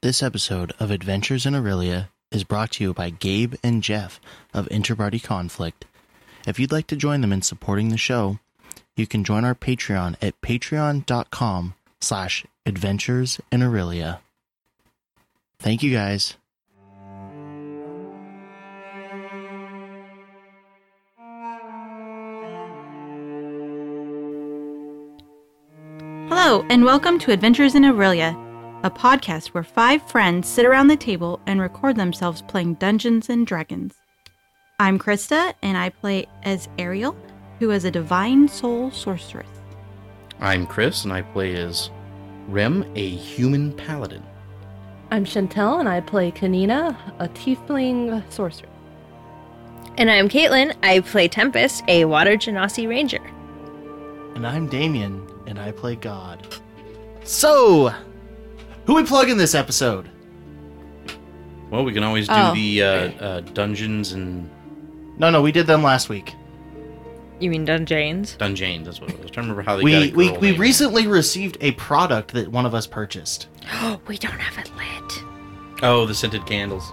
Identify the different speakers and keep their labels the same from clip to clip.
Speaker 1: This episode of Adventures in Aurelia is brought to you by Gabe and Jeff of Interparty Conflict. If you'd like to join them in supporting the show, you can join our Patreon at patreon.com slash adventures in Aurelia. Thank you guys.
Speaker 2: Hello, and welcome to Adventures in Aurelia, a podcast where five friends sit around the table and record themselves playing Dungeons and Dragons. I'm Krista, and I play as Ariel, who is a divine soul sorceress.
Speaker 3: I'm Chris, and I play as Rem, a human paladin.
Speaker 4: I'm Chantel, and I play Kanina, a tiefling sorcerer.
Speaker 5: And I'm Caitlin. I play Tempest, a water genasi ranger.
Speaker 1: And I'm Damien, and I play God. So, who we plug in this episode?
Speaker 3: Well, we can always do
Speaker 2: Oh.
Speaker 3: the uh, uh, dungeons and
Speaker 1: No, no, we did them last week.
Speaker 5: You mean Dungeons?
Speaker 3: dungeons. That's what it was. I don't remember how Oh, they got
Speaker 1: We
Speaker 3: a
Speaker 1: we,
Speaker 3: girl
Speaker 1: we
Speaker 3: name.
Speaker 1: recently received a product that one of us purchased.
Speaker 5: Oh, we don't have it lit.
Speaker 3: Oh, the scented candles.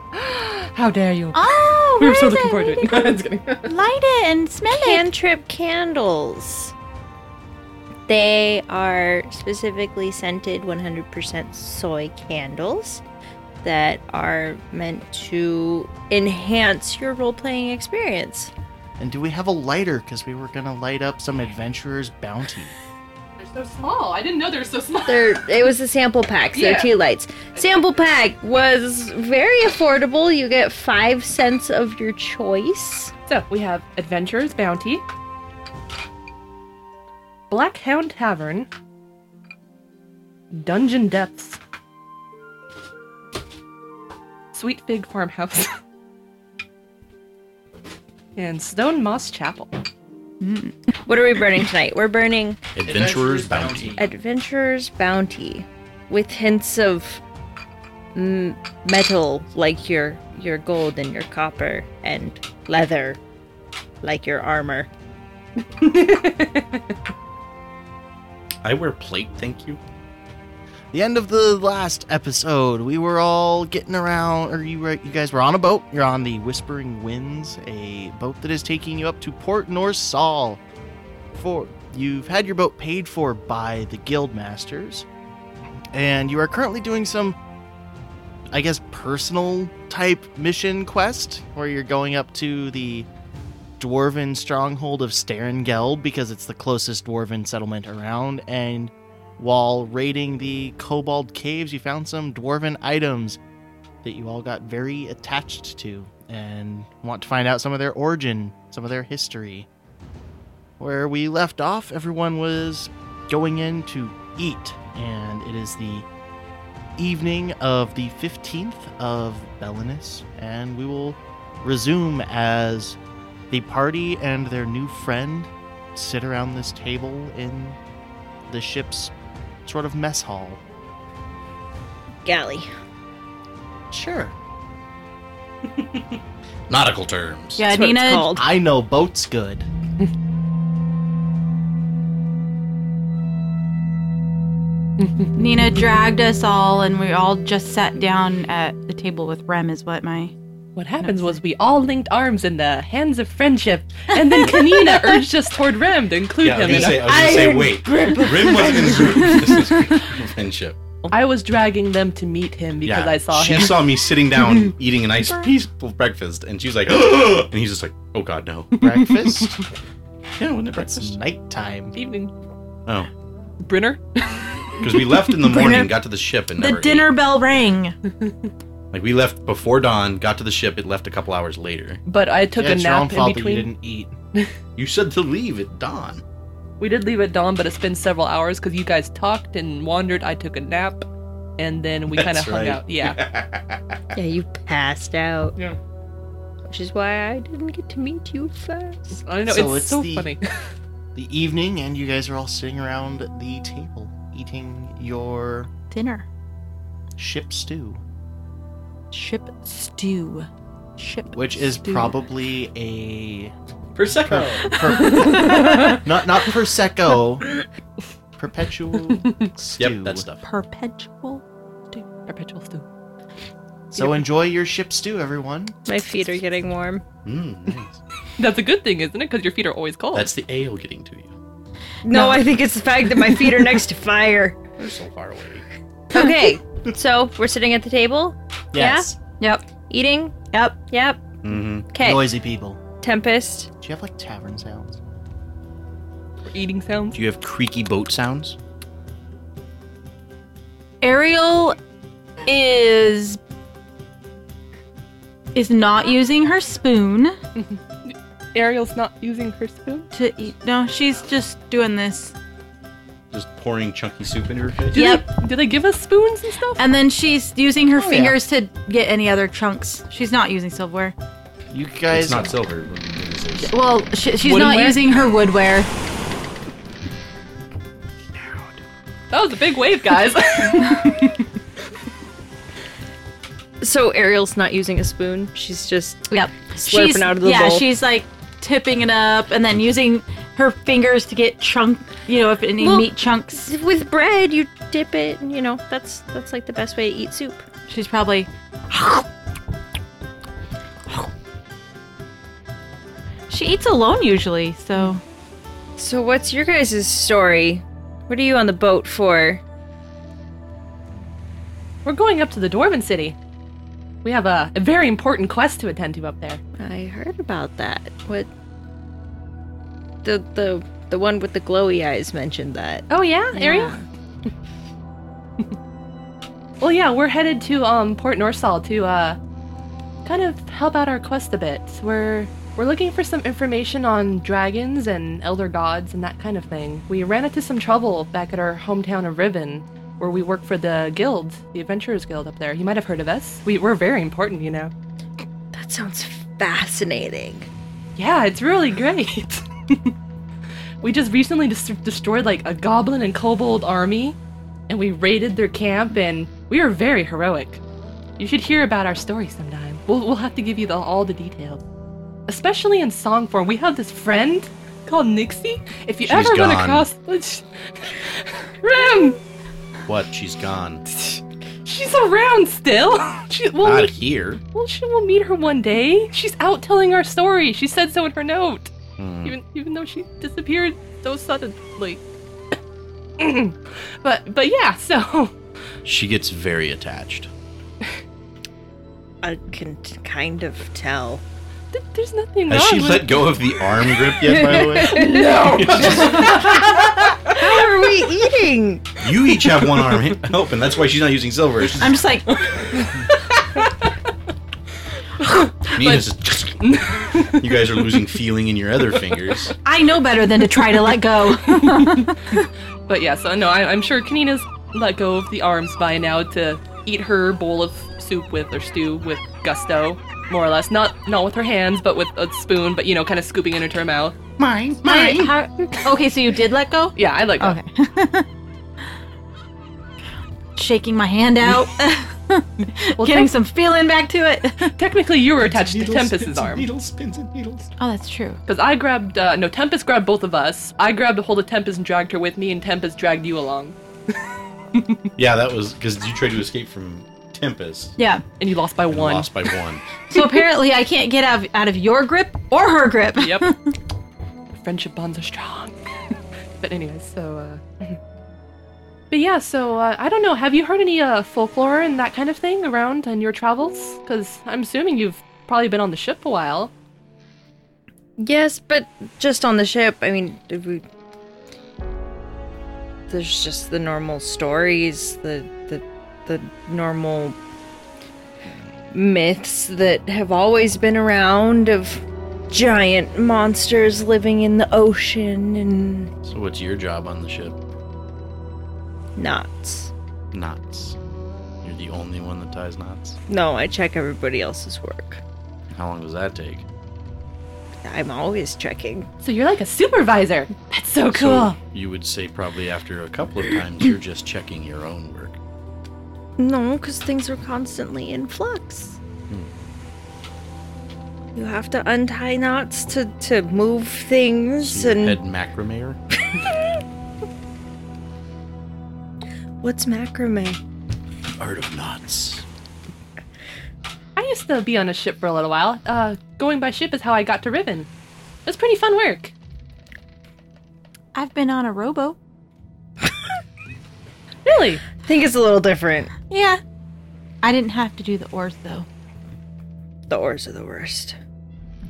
Speaker 4: How dare you?
Speaker 2: Oh,
Speaker 4: we were
Speaker 2: where
Speaker 4: so
Speaker 2: is
Speaker 4: looking forward to it.
Speaker 2: Light
Speaker 4: Just kidding.
Speaker 2: it, Light it and smell it.
Speaker 5: Cantrip candles. They are specifically scented 100% soy candles that are meant to enhance your role playing experience.
Speaker 1: And do we have a lighter? Because we were gonna light up some adventurer's bounty.
Speaker 6: They're so small. I didn't know they were so small.
Speaker 5: There, it was a sample pack, so
Speaker 6: Yeah.
Speaker 5: two lights. Sample pack was very affordable. You get five cents of your choice.
Speaker 4: So we have Adventures Bounty, Black Hound Tavern, Dungeon Depths, Sweet Fig Farmhouse, and Stone Moss Chapel.
Speaker 5: What are we burning tonight? We're burning
Speaker 3: Adventurer's Bounty.
Speaker 5: Adventurer's Bounty, with hints of m- metal, like your your gold and your copper, and leather, like your armor.
Speaker 3: I wear plate, thank you.
Speaker 1: The end of the last episode, we were all getting around, or you were, you guys were on a boat. You're on the Whispering Winds, a boat that is taking you up to Port Norsal. For you've had your boat paid for by the guild masters, and you are currently doing some, I guess, personal type mission quest where you're going up to the dwarven stronghold of Starengeld because it's the closest dwarven settlement around, and while raiding the Kobold Caves, you found some dwarven items that you all got very attached to and want to find out some of their origin, some of their history. Where we left off, everyone was going in to eat, and it is the evening of the 15th of Belinus, and we will resume as the party and their new friend sit around this table in the ship's sort of mess hall.
Speaker 5: Galley.
Speaker 1: Sure.
Speaker 3: Nautical terms.
Speaker 2: Yeah,
Speaker 5: That's what it's
Speaker 2: Nina.
Speaker 5: called.
Speaker 1: I know boat's good.
Speaker 2: Nina dragged us all, and we all just sat down at the table with Rem, is what my
Speaker 4: What happened was we all linked arms in the hands of friendship, and then Kanina urged us toward Rem to include
Speaker 3: Yeah, I was
Speaker 4: him.
Speaker 3: gonna
Speaker 4: in
Speaker 3: say, I was gonna say wait. Rim wasn't in the group. This is friendship.
Speaker 4: I was dragging them to meet him because
Speaker 3: yeah,
Speaker 4: I saw
Speaker 3: she
Speaker 4: him.
Speaker 3: saw me sitting down eating a nice peaceful breakfast, and she's like, and he's just like, oh god, no.
Speaker 1: Breakfast?
Speaker 3: Yeah, wasn't it
Speaker 1: That's
Speaker 3: breakfast?
Speaker 1: nighttime.
Speaker 4: Evening.
Speaker 3: Oh,
Speaker 4: Brinner?
Speaker 3: because we left in the morning, got to the ship, and
Speaker 2: the
Speaker 3: never ate.
Speaker 2: dinner bell rang.
Speaker 3: Like we left before dawn, got to the ship. It left a couple hours later.
Speaker 4: But I took
Speaker 1: yeah,
Speaker 4: a
Speaker 1: it's your own
Speaker 4: nap in
Speaker 1: fault that you
Speaker 4: between.
Speaker 1: didn't eat.
Speaker 3: You said to leave at dawn.
Speaker 4: We did leave at dawn, but it's been several hours because you guys talked and wandered. I took a nap, and then we kind of
Speaker 3: That's
Speaker 4: hung
Speaker 3: right.
Speaker 4: out. Yeah.
Speaker 5: Yeah, you passed out.
Speaker 4: Yeah.
Speaker 5: Which is why I didn't get to meet you first.
Speaker 4: I know,
Speaker 1: So
Speaker 4: it's,
Speaker 1: it's
Speaker 4: so
Speaker 1: the-
Speaker 4: funny.
Speaker 1: The evening, and you guys are all sitting around the table eating your
Speaker 2: Dinner.
Speaker 1: ship stew,
Speaker 2: Ship stew. Ship.
Speaker 1: which is
Speaker 2: stew.
Speaker 1: probably a
Speaker 4: Oh.
Speaker 3: Prosecco.
Speaker 1: per- not not prosecco, perpetual stew.
Speaker 3: Yep, that stuff.
Speaker 2: perpetual.
Speaker 4: Perpetual stew.
Speaker 1: So enjoy your ship stew, everyone.
Speaker 5: My feet are getting warm.
Speaker 3: Mm, nice.
Speaker 4: That's a good thing, isn't it? Because your feet are always cold.
Speaker 3: That's the ale getting to you.
Speaker 5: No,
Speaker 4: No.
Speaker 5: I think it's the fact that my feet are next to fire.
Speaker 3: They're so far away.
Speaker 5: Okay, so we're sitting at the table, Yeah?
Speaker 2: Yep.
Speaker 5: eating.
Speaker 2: Yep.
Speaker 5: Yep.
Speaker 3: Mm-hmm.
Speaker 5: Okay.
Speaker 1: Noisy people.
Speaker 5: Tempest.
Speaker 1: Do you have like tavern sounds?
Speaker 4: eating sounds.
Speaker 3: Do you have creaky boat sounds?
Speaker 2: Ariel is is not using her spoon
Speaker 4: Ariel's not using her spoon.
Speaker 2: to eat. No, she's just doing this.
Speaker 3: Just pouring chunky soup into her face?
Speaker 4: Do
Speaker 2: Yep.
Speaker 4: They, do they give us spoons and stuff?
Speaker 2: And then she's using
Speaker 5: Oh,
Speaker 2: her
Speaker 1: yeah.
Speaker 2: fingers to get any other chunks. She's not using silverware.
Speaker 1: You
Speaker 3: It's
Speaker 1: guys.
Speaker 3: not silver. but it is-
Speaker 2: Well, sh- she's not
Speaker 4: Woodenware?
Speaker 2: using her woodware.
Speaker 4: That was a big wave, guys.
Speaker 5: So Ariel's not using a spoon. She's just
Speaker 2: Yep.
Speaker 5: Slurping
Speaker 2: she's,
Speaker 5: out of the
Speaker 2: yeah,
Speaker 5: bowl.
Speaker 2: she's like tipping it up and then using her fingers to get chunk, you know, if any
Speaker 5: Well-
Speaker 2: meat chunks.
Speaker 5: with bread. You dip it, and you know that's that's like the best way to eat soup.
Speaker 2: She's probably She eats alone usually, so
Speaker 5: So what's your guys' story? What are you on the boat for?
Speaker 4: We're going up to the Dwarven City. We have a, a very important quest to attend to up there.
Speaker 5: I heard about that. What? The the the one with the glowy eyes mentioned that.
Speaker 4: Oh yeah, Ariel. Well, yeah, we're headed to um, Port Norsal to uh, kind of help out our quest a bit. We're we're looking for some information on dragons and elder gods and that kind of thing. We ran into some trouble back at our hometown of Riven, where we work for the guild, the Adventurers Guild up there. You might have heard of us. We, we're very important, you know.
Speaker 5: That sounds fascinating.
Speaker 4: Yeah, it's really great. we just recently dis- destroyed like a goblin and kobold army, and we raided their camp, and we were very heroic. You should hear about our story sometime. We'll, we'll have to give you the, all the details, especially in song form. We have this friend called Nixie. If you
Speaker 3: She's
Speaker 4: ever run
Speaker 3: gone.
Speaker 4: across, Rim,
Speaker 3: What? She's gone.
Speaker 4: she's around still. she, we'll,
Speaker 3: Not
Speaker 4: meet,
Speaker 3: here.
Speaker 4: well, she will meet her one day. She's out telling our story. She said so in her note.
Speaker 3: Hmm.
Speaker 4: even even though she disappeared so suddenly. but but yeah, so
Speaker 3: She gets very attached.
Speaker 5: I can t- kind of tell.
Speaker 4: th- there's nothing
Speaker 3: Has
Speaker 4: wrong.
Speaker 3: she
Speaker 4: with
Speaker 3: let go of the arm grip yet, by the way?
Speaker 5: How are we eating?
Speaker 3: You each have one arm hi- open. That's why she's not using silver. She's,
Speaker 2: I'm just like
Speaker 3: Nina's just- you guys are losing feeling in your other fingers.
Speaker 2: I know better than to try to let go.
Speaker 4: But yeah, so no, I, I'm sure Kanina's let go of the arms by now to eat her bowl of soup with or stew with gusto, more or less. Not not with her hands, but with a spoon. But you know, kind of scooping it into her mouth.
Speaker 1: Mine.
Speaker 2: Alright, how- okay, so you did let go?
Speaker 4: Yeah, I like that.
Speaker 2: Okay. Shaking my hand out,
Speaker 4: Well,
Speaker 2: getting
Speaker 4: tec-
Speaker 2: some feeling back to it.
Speaker 4: technically, you were attached to Tempest's arm.
Speaker 3: Needles, pins, and needles.
Speaker 2: oh, that's true.
Speaker 4: Because I grabbed, uh, no, Tempest grabbed both of us. I grabbed a hold of Tempest and dragged her with me, and Tempest dragged you along.
Speaker 3: Yeah, that was because you tried to escape from Tempest.
Speaker 2: Yeah.
Speaker 4: And you lost by
Speaker 3: and
Speaker 4: one.
Speaker 3: Lost by one.
Speaker 2: So apparently, I can't get out of, out of your grip or her grip.
Speaker 4: Yep. Friendship bonds are strong. but anyways, so uh But yeah, so uh, I don't know, have you heard any uh folklore and that kind of thing around on your travels? Cuz I'm assuming you've probably been on the ship a while.
Speaker 5: Yes, but just on the ship. I mean, did we? There's just the normal stories, the the the normal myths that have always been around of giant monsters living in the ocean and
Speaker 3: So, what's your job on the ship?
Speaker 5: knots.
Speaker 3: Knots. You're the only one that ties knots.
Speaker 5: No, I check everybody else's work.
Speaker 3: How long does that take?
Speaker 5: I'm always checking.
Speaker 4: So you're like a supervisor. That's so cool.
Speaker 3: So you would say probably after a couple of times, you're just checking your own work.
Speaker 5: No, because things are constantly in flux. You have to untie knots to, to move things,
Speaker 3: So you're
Speaker 5: and
Speaker 3: head macrame
Speaker 5: what's macrame?
Speaker 3: Art of knots.
Speaker 4: used to be on a ship for a little while. Uh, going by ship is how I got to Riven. It was pretty fun work.
Speaker 2: I've been on a rowboat.
Speaker 4: Really?
Speaker 5: I think it's a little different.
Speaker 2: Yeah. I didn't have to do the oars though.
Speaker 5: The oars are the worst.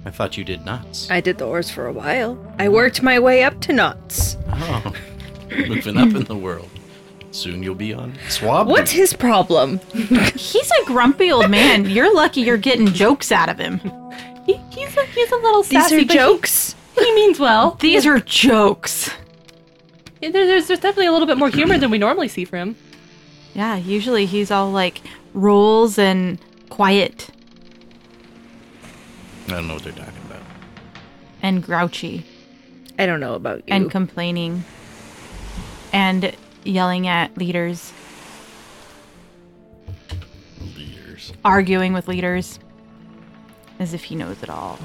Speaker 3: I thought you did knots.
Speaker 5: I did the oars for a while. I worked my way up to knots.
Speaker 3: Oh, moving up in the world. Soon you'll be on swab.
Speaker 5: What's
Speaker 3: duty.
Speaker 5: his problem?
Speaker 2: He's a grumpy old man. You're lucky you're getting jokes out of him.
Speaker 4: He, he's, a, he's a little
Speaker 5: These
Speaker 4: sassy.
Speaker 5: are
Speaker 4: but he-
Speaker 5: jokes.
Speaker 4: He, means well.
Speaker 2: These are jokes.
Speaker 4: Yeah, there- there's, there's definitely a little bit more humor than we normally see from him.
Speaker 2: Yeah, usually he's all like rules and quiet
Speaker 3: I don't know what they're talking about.
Speaker 2: and grouchy
Speaker 5: I don't know about you.
Speaker 2: and complaining and yelling at leaders,
Speaker 3: Leaders.
Speaker 2: arguing with leaders as if he knows it all.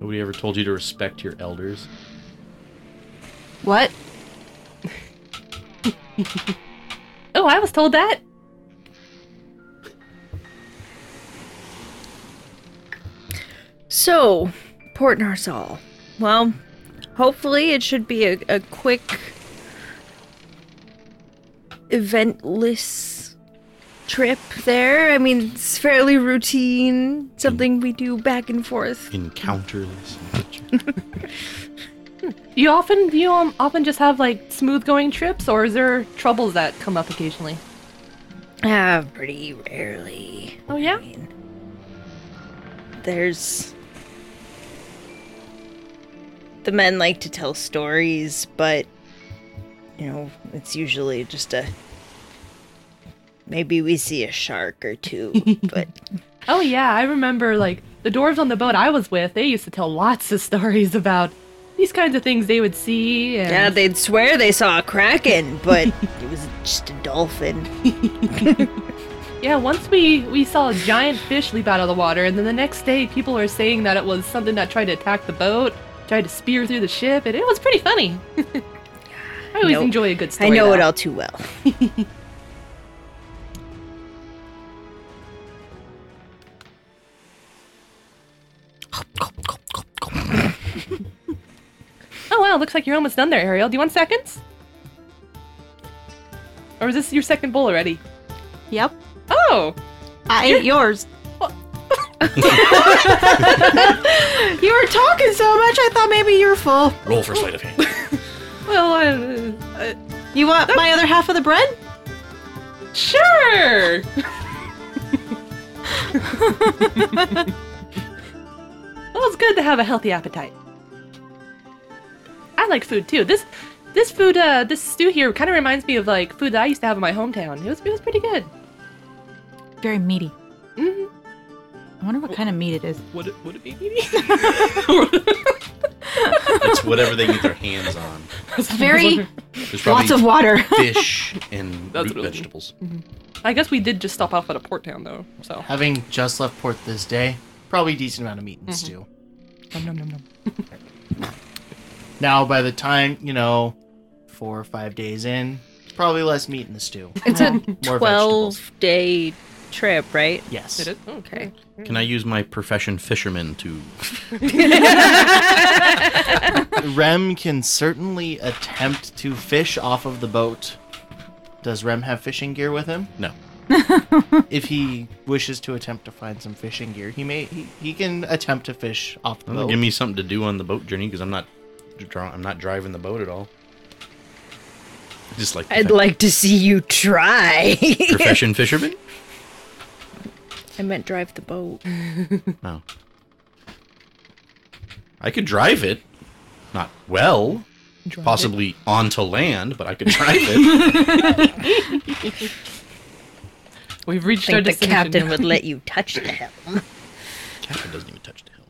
Speaker 3: Nobody ever told you to respect your elders.
Speaker 2: What?
Speaker 4: Oh, I was told that.
Speaker 5: so, Port Narsal. Well, hopefully it should be a, a quick, eventless trip there. I mean, it's fairly routine, something we do back and forth.
Speaker 3: Encounterless.
Speaker 4: You often do you um, often just have like smooth going trips, or is there troubles that come up occasionally?
Speaker 5: Ah, pretty rarely.
Speaker 4: Oh yeah.
Speaker 5: mean, there's the men like to tell stories, but you know, it's usually just a maybe we see a shark or two, but
Speaker 4: Oh yeah, I remember like the dwarves on the boat I was with. They used to tell lots of stories about these kinds of things they would see. And
Speaker 5: yeah, they'd swear they saw a kraken, but it was just a dolphin.
Speaker 4: Yeah, once we we saw a giant fish leap out of the water, and then the next day people were saying that it was something that tried to attack the boat, tried to spear through the ship, and it was pretty funny. I always
Speaker 5: Nope.
Speaker 4: enjoy a good
Speaker 5: I
Speaker 4: story.
Speaker 5: know
Speaker 4: though.
Speaker 5: it all too well.
Speaker 4: Oh wow, looks like you're almost done there, Ariel. Do you want seconds? Or is this your second bowl already?
Speaker 2: Yep.
Speaker 4: Oh,
Speaker 2: I ate yours. you were talking so much, I thought maybe you were full.
Speaker 3: Roll for sleight of hand.
Speaker 4: well, uh,
Speaker 2: You want my other half of the bread?
Speaker 4: uh, sure. well, it's good to have a healthy appetite. I like food too. This, this food, uh, this stew here kind of reminds me of like food that I used to have in my hometown. It was, it was pretty good.
Speaker 2: Very meaty.
Speaker 4: hmm
Speaker 2: Mm-hmm. I wonder what kind of meat it is.
Speaker 3: Would it, would it be it's whatever they get their hands on.
Speaker 2: Very
Speaker 3: There's probably
Speaker 2: lots of water.
Speaker 3: fish and
Speaker 4: That's
Speaker 3: root
Speaker 4: what it was.
Speaker 3: vegetables.
Speaker 4: I guess we did just stop off at a port town though, so.
Speaker 1: Having just left port this day, probably a decent amount of meat and
Speaker 5: Mm-hmm.
Speaker 1: stew.
Speaker 4: Nom, nom, nom, nom.
Speaker 1: Now, by the time, you know, four or five days in, probably less meat in the stew.
Speaker 5: It's a
Speaker 1: More vegetables.
Speaker 5: twelve day trip, right?
Speaker 1: Yes.
Speaker 4: It is? Oh.
Speaker 5: Okay.
Speaker 3: Can I use my profession fisherman to?
Speaker 1: Rem can certainly attempt to fish off of the boat. Does Rem have fishing gear with him?
Speaker 3: No.
Speaker 1: If he wishes to attempt to find some fishing gear, he may he, he can attempt to fish off the
Speaker 3: Well,
Speaker 1: boat.
Speaker 3: Give me something to do on the boat journey because I'm not, draw- I'm not driving the boat at all. I just like the
Speaker 5: I'd
Speaker 3: fact-
Speaker 5: like to see you try.
Speaker 3: profession fisherman.
Speaker 5: I meant drive the boat.
Speaker 3: No. I could drive it, not well, possibly onto land, but I could drive it.
Speaker 4: We've reached our
Speaker 5: think the
Speaker 4: destination.
Speaker 5: captain would let you touch the helm.
Speaker 3: Captain doesn't even touch the helm.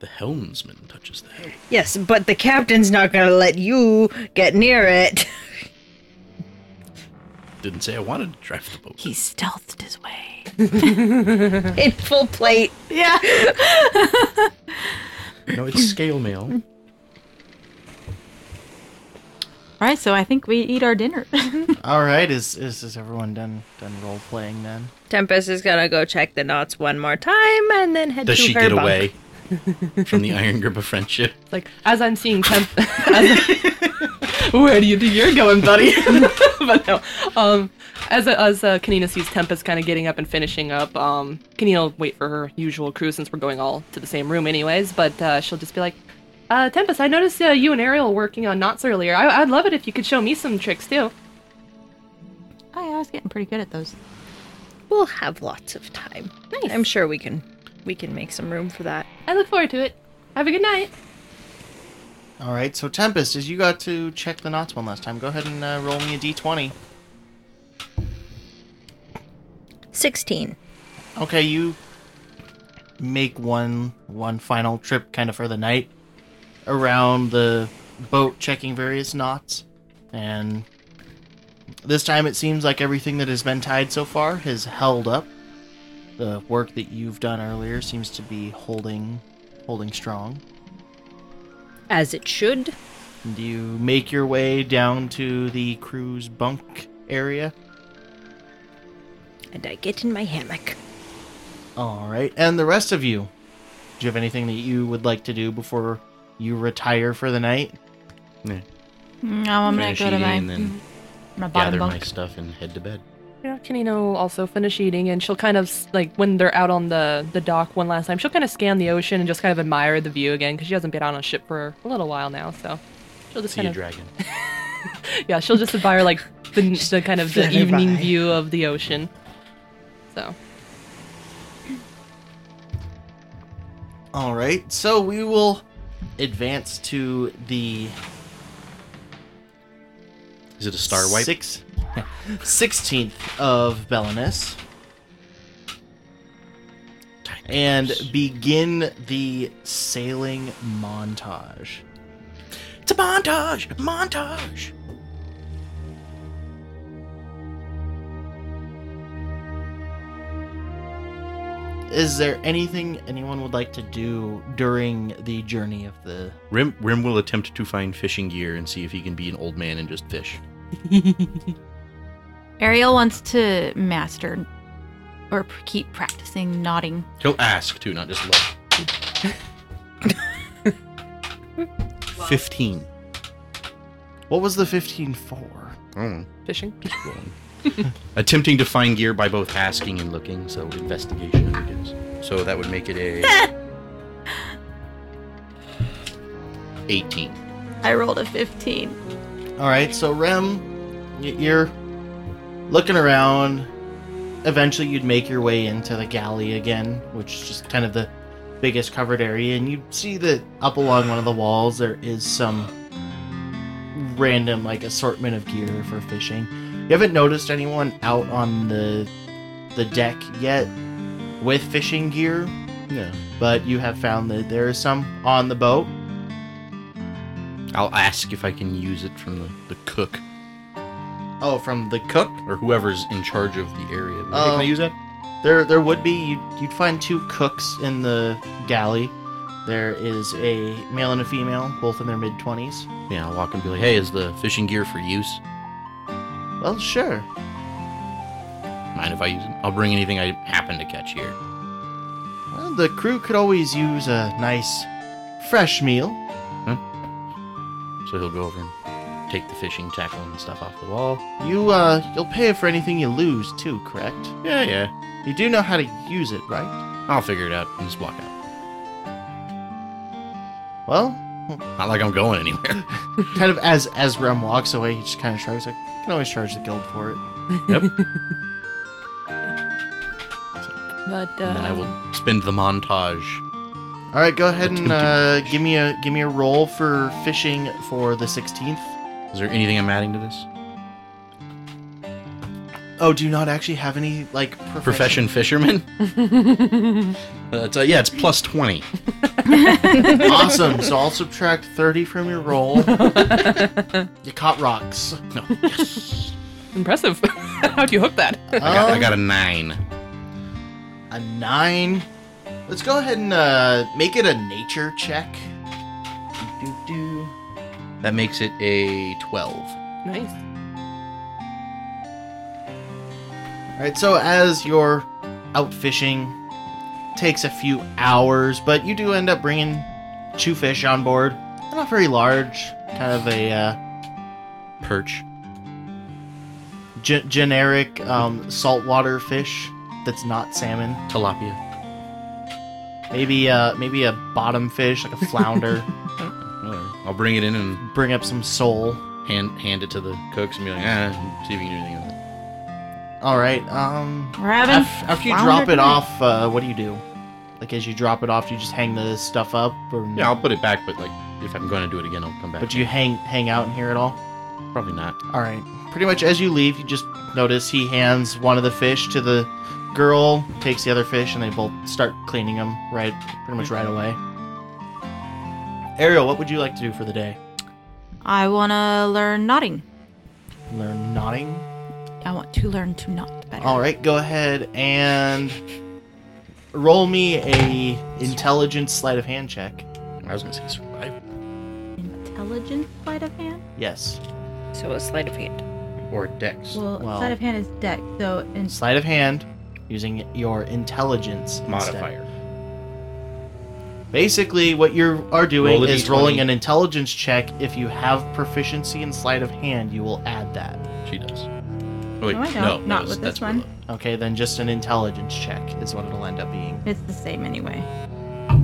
Speaker 3: The helmsman touches the helm.
Speaker 5: Yes, but the captain's not going to let you get near it.
Speaker 3: Didn't say I wanted to drive the boat.
Speaker 2: he stealthed his way.
Speaker 5: In full plate.
Speaker 2: Yeah.
Speaker 3: No, it's scale mail.
Speaker 2: All right, so I think we eat our dinner. Oh,
Speaker 1: All right, is is, is everyone done done role playing then?
Speaker 5: Tempest is gonna go check the knots one more time and then head
Speaker 3: Does
Speaker 5: to
Speaker 3: she
Speaker 5: her
Speaker 3: get
Speaker 5: bunk.
Speaker 3: away from the iron grip of friendship?
Speaker 4: Like as I'm seeing temp. as Where do you think you're going, buddy? but no. Um, as as uh, Kanina sees Tempest kind of getting up and finishing up, um, Kanina will wait for her usual crew since we're going all to the same room anyways. But uh, she'll just be like, uh, "Tempest, I noticed uh, you and Ariel were working on knots earlier. I- I'd love it if you could show me some tricks too."
Speaker 2: I was getting pretty good at those.
Speaker 5: We'll have lots of time. I'm sure we can we can make some room for that.
Speaker 4: I look forward to it. Have a good night.
Speaker 1: All right, so Tempest, as you got to check the knots one last time, go ahead and uh, roll me a d20.
Speaker 5: Sixteen.
Speaker 1: Okay, you make one one final trip kind of for the night around the boat checking various knots and this time it seems like everything that has been tied so far has held up. The work that you've done earlier seems to be holding holding strong.
Speaker 5: As it should.
Speaker 1: And you make your way down to the crew's bunk area.
Speaker 5: And I get in my hammock.
Speaker 1: All right. And the rest of you, do you have anything that you would like to do before you retire for the night?
Speaker 3: Yeah.
Speaker 2: No, Mm, I'm gonna
Speaker 3: Finish
Speaker 2: go to
Speaker 3: eating
Speaker 2: my
Speaker 3: and then
Speaker 2: my bottom
Speaker 3: gather my
Speaker 2: bunk.
Speaker 3: stuff and head to bed.
Speaker 4: Yeah, Kanina will also finish eating, and she'll kind of s- like when they're out on the the dock one last time. She'll kind of scan the ocean and just kind of admire the view again because she hasn't been on a ship for a little while now. So she'll just
Speaker 3: See
Speaker 4: kind
Speaker 3: a
Speaker 4: of
Speaker 3: dragon.
Speaker 4: yeah, she'll just admire like the, the kind of the
Speaker 5: flutter
Speaker 4: evening
Speaker 5: by.
Speaker 4: view of the ocean. So
Speaker 1: All right. So we will advance to the
Speaker 3: Is it a star wipe?
Speaker 1: Six, 16th of Belinus and begin the sailing montage.
Speaker 3: It's a montage! Montage!
Speaker 1: Is there anything anyone would like to do during the journey of the
Speaker 3: Rim, Rim will attempt to find fishing gear and see if he can be an old man and just fish.
Speaker 2: Ariel wants to master or p- keep practicing nodding.
Speaker 3: He'll ask too, not just look. 15.
Speaker 1: What was the 15 for?
Speaker 3: Mm.
Speaker 4: fishing.
Speaker 3: Attempting to find gear by both asking and looking, so investigation it is. So that would make it a 18.
Speaker 2: I rolled a 15.
Speaker 1: All right, so Rem, y- you're looking around. Eventually, you'd make your way into the galley again, which is just kind of the biggest covered area, and you see that up along one of the walls there is some random like assortment of gear for fishing. You haven't noticed anyone out on the the deck yet with fishing gear,
Speaker 3: Yeah.
Speaker 1: but you have found that there is some on the boat.
Speaker 3: I'll ask if I can use it from the, the cook
Speaker 1: Oh, from the cook.
Speaker 3: or whoever's in charge of the area. Can
Speaker 1: Um,
Speaker 3: I use that?
Speaker 1: There, there would be. You'd, you'd find two cooks in the galley. There is a male and a female, both in their mid twenties.
Speaker 3: Yeah, I'll walk and be like, hey, is the fishing gear for use?
Speaker 1: Well, sure.
Speaker 3: Mind if I use it? I'll bring anything I happen to catch here.
Speaker 1: Well, the crew could always use a nice, fresh meal.
Speaker 3: So he'll go over and take the fishing tackle and stuff off the wall.
Speaker 1: You, uh, you'll pay for anything you lose too, correct?
Speaker 3: Yeah, yeah.
Speaker 1: You do know how to use it, right?
Speaker 3: I'll figure it out and just walk out.
Speaker 1: Well,
Speaker 3: Not like I'm going anywhere.
Speaker 1: kind of as as Rem walks away, he just kind of shrugs. Like, you can always charge the guild for it.
Speaker 3: yep.
Speaker 4: But
Speaker 3: And then I
Speaker 4: uh,
Speaker 3: will spend the montage.
Speaker 1: All right, go ahead and
Speaker 3: Attempting
Speaker 1: uh, give me a give me a roll for fishing for the sixteenth.
Speaker 3: Is there anything I'm adding to this?
Speaker 1: Oh, do you not actually have any like profession?
Speaker 3: Profession fisherman? Uh, it's, uh, yeah, it's plus 20.
Speaker 1: awesome. So I'll subtract 30 from your roll. you caught rocks.
Speaker 3: No, yes.
Speaker 4: impressive. How'd you hook that?
Speaker 3: I, got, I
Speaker 2: Oh.
Speaker 1: Um,
Speaker 3: got a 9.
Speaker 1: a nine. Let's go ahead and uh, make it a nature check. Do do.
Speaker 3: That makes it a 12.
Speaker 4: Nice.
Speaker 1: All right, so as you're out fishing, takes a few hours, but you do end up bringing two fish on board. They're not very large, kind of a uh,
Speaker 3: Perch.
Speaker 1: ge- generic um, saltwater fish that's not salmon.
Speaker 3: Tilapia.
Speaker 1: Maybe uh, maybe a bottom fish like a flounder.
Speaker 3: Whatever. I'll bring it in and
Speaker 1: Bring up some sole.
Speaker 3: hand hand it to the cooks and be like, ah, see if you can do anything with it.
Speaker 1: All right. Um,
Speaker 2: We're having
Speaker 1: af- after you
Speaker 2: flounder
Speaker 1: drop it
Speaker 2: tonight.
Speaker 1: off, uh, what do you do? Like as you drop it off, do you just hang the stuff up, or
Speaker 3: Yeah, I'll put it back, but like, if I'm going to do it again, I'll come back.
Speaker 1: But you hang hang out in here at all?
Speaker 3: probably not.
Speaker 1: All right. Pretty much as you leave, you just notice he hands one of the fish to the girl, takes the other fish, and they both start cleaning them right, pretty much right away. Ariel, what would you like to do for the day?
Speaker 2: I want to learn knotting.
Speaker 1: Learn knotting.
Speaker 2: I want to learn to knot better.
Speaker 1: All right, go ahead and roll me a intelligence sleight of hand check.
Speaker 3: I was gonna say survive
Speaker 2: Intelligence sleight of hand?
Speaker 1: Yes,
Speaker 5: So a sleight of hand.
Speaker 3: or dex.
Speaker 2: Well,
Speaker 1: Well-
Speaker 2: sleight of hand is deck, so in
Speaker 1: sleight of hand using your intelligence instead.
Speaker 3: Modifier.
Speaker 1: Basically, what you are doing
Speaker 3: Roll a
Speaker 1: is
Speaker 3: D20.
Speaker 1: rolling an intelligence check. If you have proficiency in sleight of hand, you will add that.
Speaker 3: She does. Oh, wait,
Speaker 2: No, I don't.
Speaker 3: No,
Speaker 2: Not
Speaker 3: that's-
Speaker 2: with
Speaker 3: that's
Speaker 2: this one.
Speaker 3: below.
Speaker 1: Okay, then just an intelligence check is what it'll end up being.
Speaker 2: it's the same anyway. I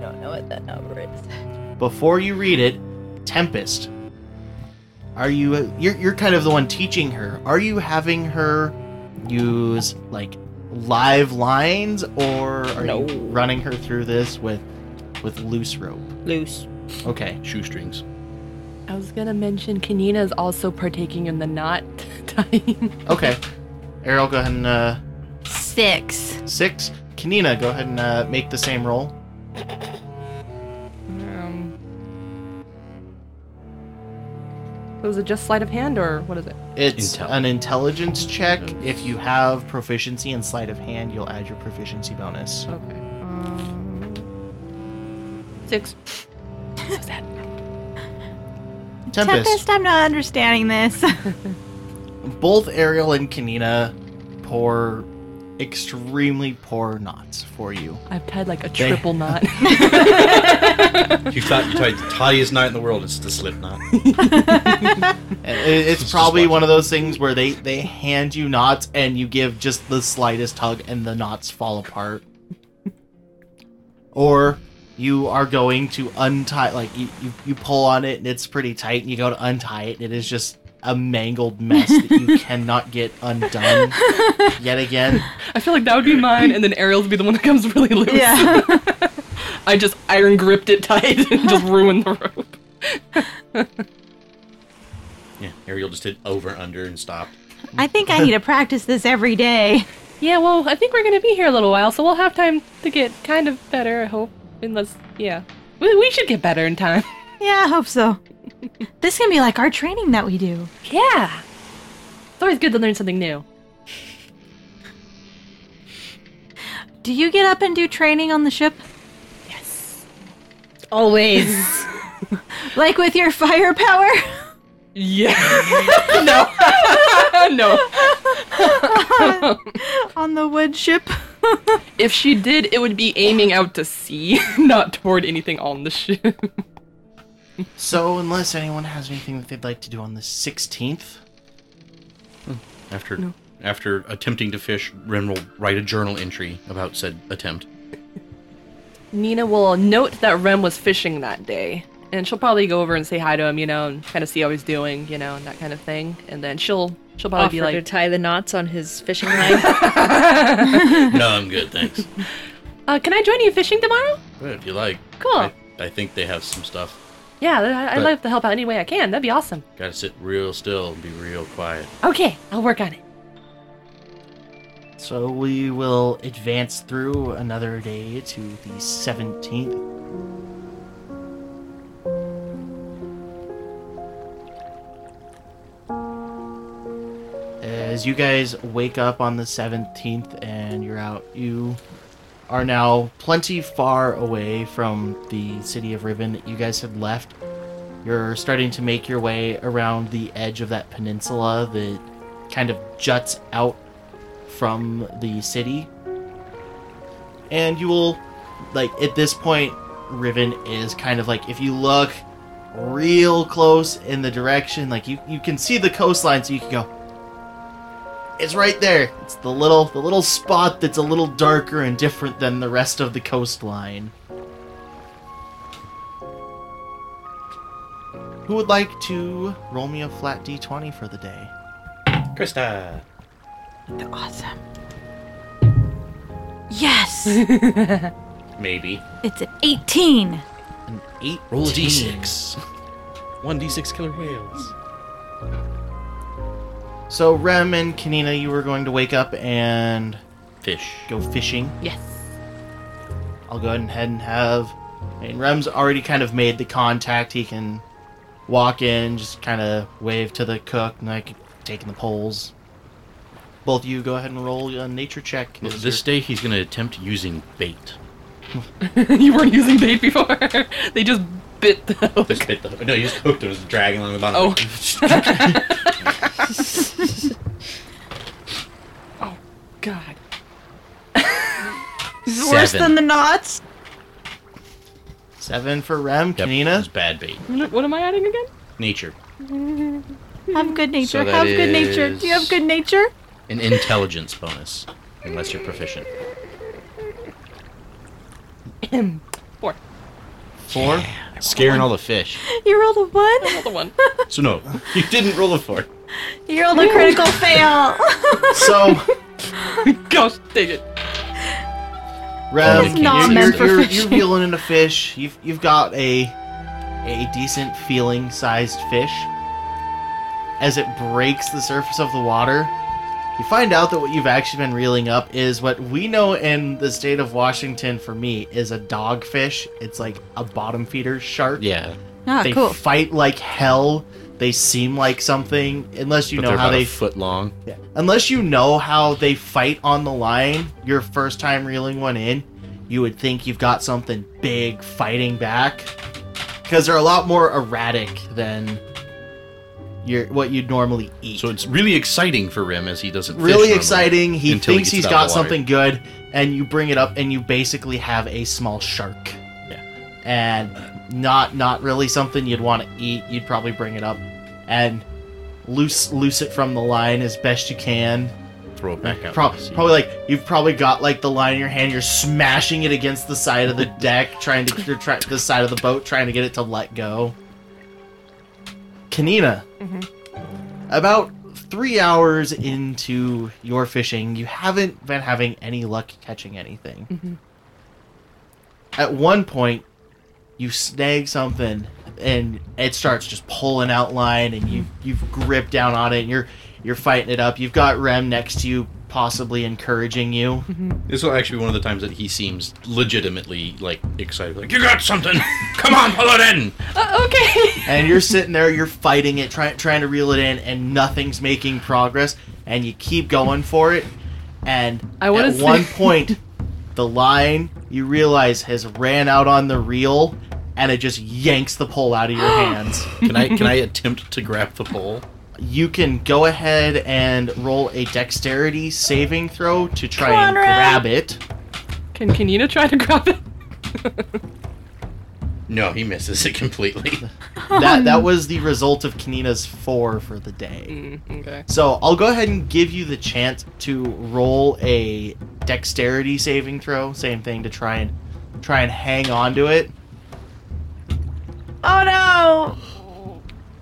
Speaker 2: don't know what that number is.
Speaker 1: Before you read it, Tempest, are you you're, you're kind of the one teaching her. Are you having her use like live lines or are
Speaker 5: No.
Speaker 1: you running her through this with with loose rope?
Speaker 5: Loose.
Speaker 1: Okay.
Speaker 3: Shoestrings.
Speaker 4: I was gonna mention Kanina is also partaking in the knot tying.
Speaker 1: Okay. Errol, go ahead and uh
Speaker 2: Six.
Speaker 1: six. Kanina, go ahead and uh, make the same roll.
Speaker 4: Um, was it just sleight of hand or what is it?
Speaker 1: It's
Speaker 3: Intel.
Speaker 1: an intelligence check. If you have proficiency in sleight of hand, you'll add your proficiency bonus.
Speaker 4: Okay. Um, six. So sad.
Speaker 1: Tempest.
Speaker 2: I'm not understanding this.
Speaker 1: Both Ariel and Kanina pour extremely poor knots for you.
Speaker 4: I've tied like a
Speaker 1: They-
Speaker 4: triple knot.
Speaker 3: You thought you tied the tidiest knot in the world. It's the slip knot.
Speaker 1: And it- It's
Speaker 3: Just
Speaker 1: probably
Speaker 3: watch
Speaker 1: one of those things where they they hand you knots and you give just the slightest tug and the knots fall apart. or you are going to untie like you, you you pull on it and it's pretty tight and you go to untie it and it is just a mangled mess that you cannot get undone yet again.
Speaker 4: I feel like that would be mine, and then Ariel's would be the one that comes really loose.
Speaker 2: yeah.
Speaker 4: I just iron gripped it tight and just ruined the rope.
Speaker 3: Yeah, Ariel just did over under and stopped.
Speaker 2: I think I need to practice this every day.
Speaker 4: Yeah, well, I think we're gonna be here a little while, so we'll have time to get kind of better, I hope. Unless, yeah. We, we should get better in time.
Speaker 2: Yeah, I hope so. This can be like our training that we do.
Speaker 4: Yeah! It's always good to learn something new.
Speaker 2: Do you get up and do training on the ship?
Speaker 5: Always.
Speaker 2: Like with your firepower?
Speaker 4: Yeah. no. no.
Speaker 2: on the wood ship?
Speaker 4: If she did, it would be aiming out to sea, not toward anything on the ship.
Speaker 1: So unless anyone has anything that they'd like to do on the 16th,
Speaker 3: After after attempting to fish, Ren will write a journal entry about said attempt.
Speaker 4: Nina will note that Rem was fishing that day, and she'll probably go over and say hi to him, you know, and kind of see how he's doing, you know, and that kind of thing. And then she'll she'll probably
Speaker 5: Offer
Speaker 4: be
Speaker 5: to
Speaker 4: like,
Speaker 5: tie the knots on his fishing line.
Speaker 3: no, I'm good, thanks.
Speaker 4: uh, "Can I join you fishing tomorrow?"
Speaker 3: But if you like,
Speaker 4: Cool.
Speaker 3: I, I think they have some stuff.
Speaker 4: Yeah, I- I'd
Speaker 3: But-
Speaker 4: love to help out any way I can. That'd be awesome.
Speaker 3: Gotta sit real still and be real quiet.
Speaker 4: Okay, I'll work on it.
Speaker 1: So we will advance through another day to the 17th. As you guys wake up on the 17th and you're out, you are now plenty far away from the city of Riven that you guys had left. You're starting to make your way around the edge of that peninsula that kind of juts out from the city. And you will, like, at this point, Riven is kind of like, if you look real close in the direction, like, you, you can see the coastline, so you can go, it's right there. It's the little the little spot that's a little darker and different than the rest of the coastline. Who would like to roll me a flat d20 for the day?
Speaker 3: Krista.
Speaker 2: Awesome. Yes!
Speaker 3: Maybe.
Speaker 2: it's an 18.
Speaker 1: An 8
Speaker 3: Roll a d6. 1d6 killer whales.
Speaker 1: So Rem and Kanina, you were going to wake up and
Speaker 3: Fish.
Speaker 1: go fishing.
Speaker 4: Yes.
Speaker 1: I'll go ahead and have. I mean, Rem's already kind of made the contact. He can walk in, just kind of wave to the cook, and I can take in the poles. Both of you go ahead and roll a nature check.
Speaker 3: Well,
Speaker 1: Is
Speaker 3: this
Speaker 1: your-
Speaker 3: day he's going to attempt using bait.
Speaker 4: you weren't using bait before. they just bit the hook.
Speaker 3: Just bit the hook. No, he just hooked it. It was dragging along the
Speaker 4: Oh.
Speaker 3: bottom.
Speaker 4: oh, God.
Speaker 2: Worse than the knots.
Speaker 1: Seven for Rem,
Speaker 3: Yep, it was
Speaker 1: Kanina.
Speaker 3: bad bait.
Speaker 4: What am I adding again?
Speaker 3: Nature.
Speaker 2: Have good nature.
Speaker 3: that
Speaker 2: have good nature. Do you have
Speaker 3: is-
Speaker 2: good nature?
Speaker 3: An intelligence bonus. Unless you're proficient.
Speaker 4: Four.
Speaker 1: Four.
Speaker 3: Scaring all the fish.
Speaker 2: You rolled a one.
Speaker 4: Another one.
Speaker 3: So no, you didn't roll a four.
Speaker 2: You rolled a critical fail.
Speaker 1: So
Speaker 4: Gosh, dang it.
Speaker 1: Rev,
Speaker 3: That's not
Speaker 1: you're,
Speaker 3: meant
Speaker 2: for
Speaker 1: you're, you're
Speaker 2: fishing.
Speaker 1: reeling in a fish. You've you've got a a decent feeling sized fish. As it breaks the surface of the water, you find out that what you've actually been reeling up is what we know in the state of Washington for me is a dogfish. It's like a bottom feeder shark.
Speaker 3: Yeah.
Speaker 2: Ah,
Speaker 1: They
Speaker 2: cool.
Speaker 1: fight like hell. They seem like something unless you
Speaker 3: but
Speaker 1: know
Speaker 3: they're
Speaker 1: how
Speaker 3: about
Speaker 1: they
Speaker 3: a foot long.
Speaker 1: yeah. Unless you know how they fight on the line, your first time reeling one in, you would think you've got something big fighting back. Because they're a lot more erratic than your what you'd normally eat.
Speaker 3: So it's really exciting for Rim as he doesn't. fish
Speaker 1: really
Speaker 3: normally.
Speaker 1: exciting. He
Speaker 3: until he
Speaker 1: thinks
Speaker 3: gets
Speaker 1: he's
Speaker 3: out of
Speaker 1: got
Speaker 3: the water.
Speaker 1: something good, and you bring it up, and you basically have a small shark.
Speaker 3: Yeah.
Speaker 1: And not not really something you'd want to eat. You'd probably bring it up, and loose loose it from the line as best you can.
Speaker 3: Throw it back out.
Speaker 1: Pro-
Speaker 3: to sea.
Speaker 1: probably like you've probably got like the line in your hand. You're smashing it against the side of the deck, trying to you're try- the side of the boat, trying to get it to let go. Kanina,
Speaker 3: Mm-hmm.
Speaker 4: Mhm.
Speaker 1: about three hours into your fishing, you haven't been having any luck catching anything.
Speaker 3: Mm-hmm.
Speaker 4: Mhm.
Speaker 1: At one point, you snag something, and it starts just pulling out line, and you you grip down on it, and you're you're fighting it up. You've got Rem next to you, possibly encouraging you.
Speaker 3: This will actually be one of the times that he seems legitimately like excited. Like you got something. Come on, pull it in.
Speaker 4: Uh, okay.
Speaker 1: and you're sitting there, you're fighting it, trying trying to reel it in, and nothing's making progress, and you keep going for it, and
Speaker 4: I wanna
Speaker 1: at
Speaker 4: say-
Speaker 1: one point, the line you realize has ran out on the reel, and it just yanks the pole out of your hands.
Speaker 3: Can I can I attempt to grab the pole?
Speaker 1: You can go ahead and roll a dexterity saving throw to try
Speaker 2: Come on,
Speaker 1: and
Speaker 2: Ren.
Speaker 1: grab it.
Speaker 4: Can Kanina try to grab it?
Speaker 3: No, he misses it completely.
Speaker 1: That that was the result of Kanina's four for the day.
Speaker 4: Mm, okay.
Speaker 1: So I'll go ahead and give you the chance to roll a dexterity saving throw. Same thing to try and try and hang on to it.
Speaker 2: Oh no!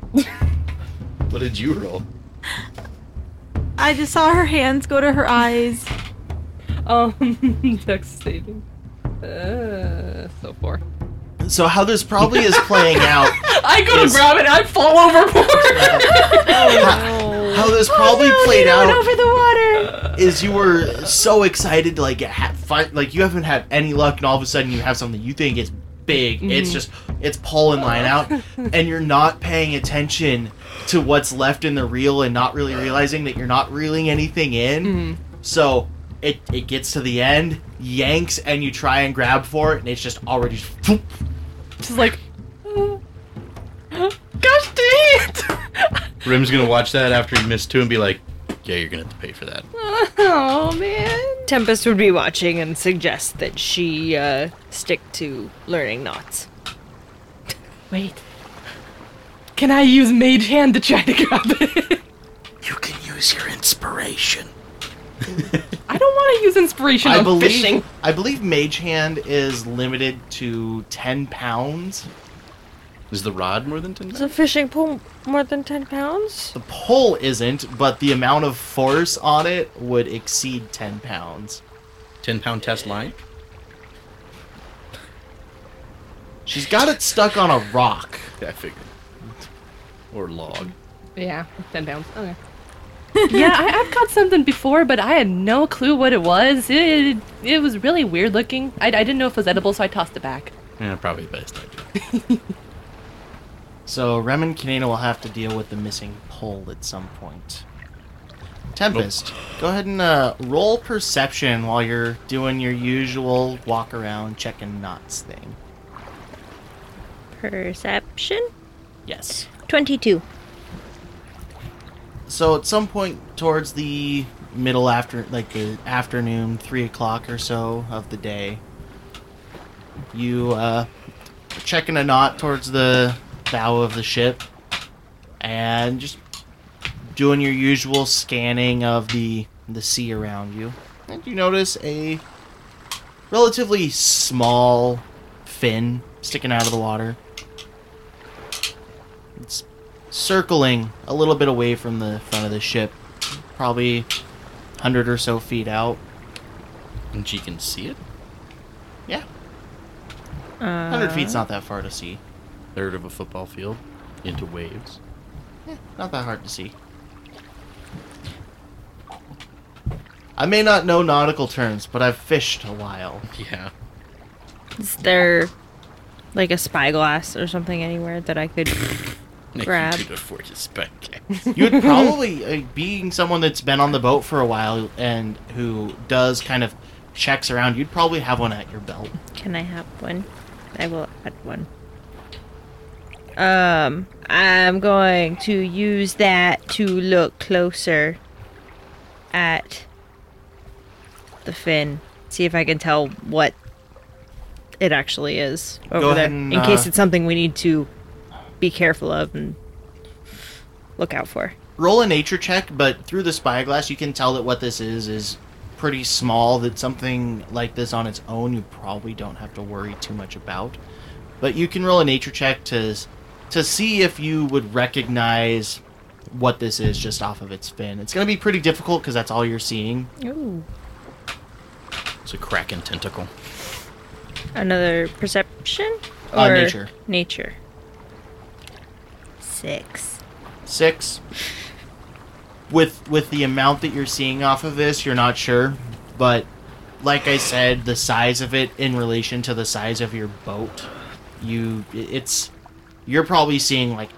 Speaker 3: What did you roll?
Speaker 2: I just saw her hands go to her eyes.
Speaker 4: Um, dex saving. Uh, so four.
Speaker 1: So how this probably is playing out,
Speaker 4: I go
Speaker 1: Yes.
Speaker 4: to grab it and I fall overboard.
Speaker 1: how, how this probably
Speaker 2: oh, no,
Speaker 1: played
Speaker 2: they went
Speaker 1: out
Speaker 2: over the water.
Speaker 1: is you were so excited to like ha- fight, like you haven't had any luck, and all of a sudden you have something you think is big. It's just it's pulling line out, and you're not paying attention to what's left in the reel, and not really realizing that you're not reeling anything in. So it it gets to the end, yanks and you try and grab for it, and it's just already. Just,
Speaker 4: She's like, "Oh. gosh dang it!
Speaker 3: Rim's gonna watch that after he missed two and be like, "Yeah, you're gonna have to pay for that."
Speaker 4: oh man.
Speaker 5: Tempest would be watching and suggest that she uh, stick to learning knots.
Speaker 4: Wait. Can I use Mage Hand to try to grab it?
Speaker 3: You can use your inspiration.
Speaker 4: I don't want to use inspiration
Speaker 1: I
Speaker 4: on
Speaker 1: believe
Speaker 4: fishing.
Speaker 1: I believe Mage Hand is limited to ten pounds.
Speaker 3: Is the rod more than ten?
Speaker 5: Is a fishing pole more than 10 pounds?
Speaker 1: The pole isn't, but the amount of force on it would exceed ten pounds.
Speaker 3: Ten pound test line.
Speaker 1: She's got it stuck on a rock.
Speaker 3: Yeah, I figured. Or log.
Speaker 4: Yeah, ten pounds. Okay. yeah, I, I've caught something before, but I had no clue what it was. It it was really weird looking. I, I didn't know if it was edible, so I tossed it back.
Speaker 3: Yeah, probably the best idea.
Speaker 1: So Rem and Kanena will have to deal with the missing pole at some point. Tempest, go ahead and uh, roll perception while you're doing your usual walk around checking knots thing.
Speaker 5: Perception?
Speaker 1: Yes.
Speaker 5: 22.
Speaker 1: So at some point towards the middle after, like the afternoon, three o'clock or so of the day, you uh, are checking a knot towards the bow of the ship, and just doing your usual scanning of the the sea around you. And you notice a relatively small fin sticking out of the water. It's circling a little bit away from the front of the ship, probably 100 or so feet out.
Speaker 3: And she can see it.
Speaker 1: Yeah,
Speaker 5: Uh,
Speaker 1: 100 feet's not that far to see.
Speaker 3: Third of a football field into waves.
Speaker 1: Eh, not that hard to see. I may not know nautical terms, but I've fished a while.
Speaker 3: Yeah.
Speaker 5: Is there like a spyglass or something anywhere that I could. Grab.
Speaker 3: You could afford to spend
Speaker 1: You'd probably, uh, being someone that's been on the boat for a while and who does kind of checks around, you'd probably have one at your belt.
Speaker 5: Can I have one? I will add one. Um, I'm going to use that to look closer at the fin. See if I can tell what it actually is over
Speaker 1: Go
Speaker 5: there.
Speaker 1: ahead and,
Speaker 5: in case
Speaker 1: uh,
Speaker 5: it's something we need to be careful of and look out for.
Speaker 1: roll a nature check, but through the spyglass, you can tell that what this is is pretty small. That something like this on its own, you probably don't have to worry too much about. But you can roll a nature check to to see if you would recognize what this is just off of its fin. It's going to be pretty difficult because that's all you're seeing.
Speaker 5: Ooh.
Speaker 3: It's a kraken tentacle.
Speaker 5: Another perception?
Speaker 1: Uh, nature.
Speaker 5: Nature. Six.
Speaker 1: Six. With with the amount that you're seeing off of this, you're not sure, but like I said, the size of it in relation to the size of your boat, you i- it's you're probably seeing like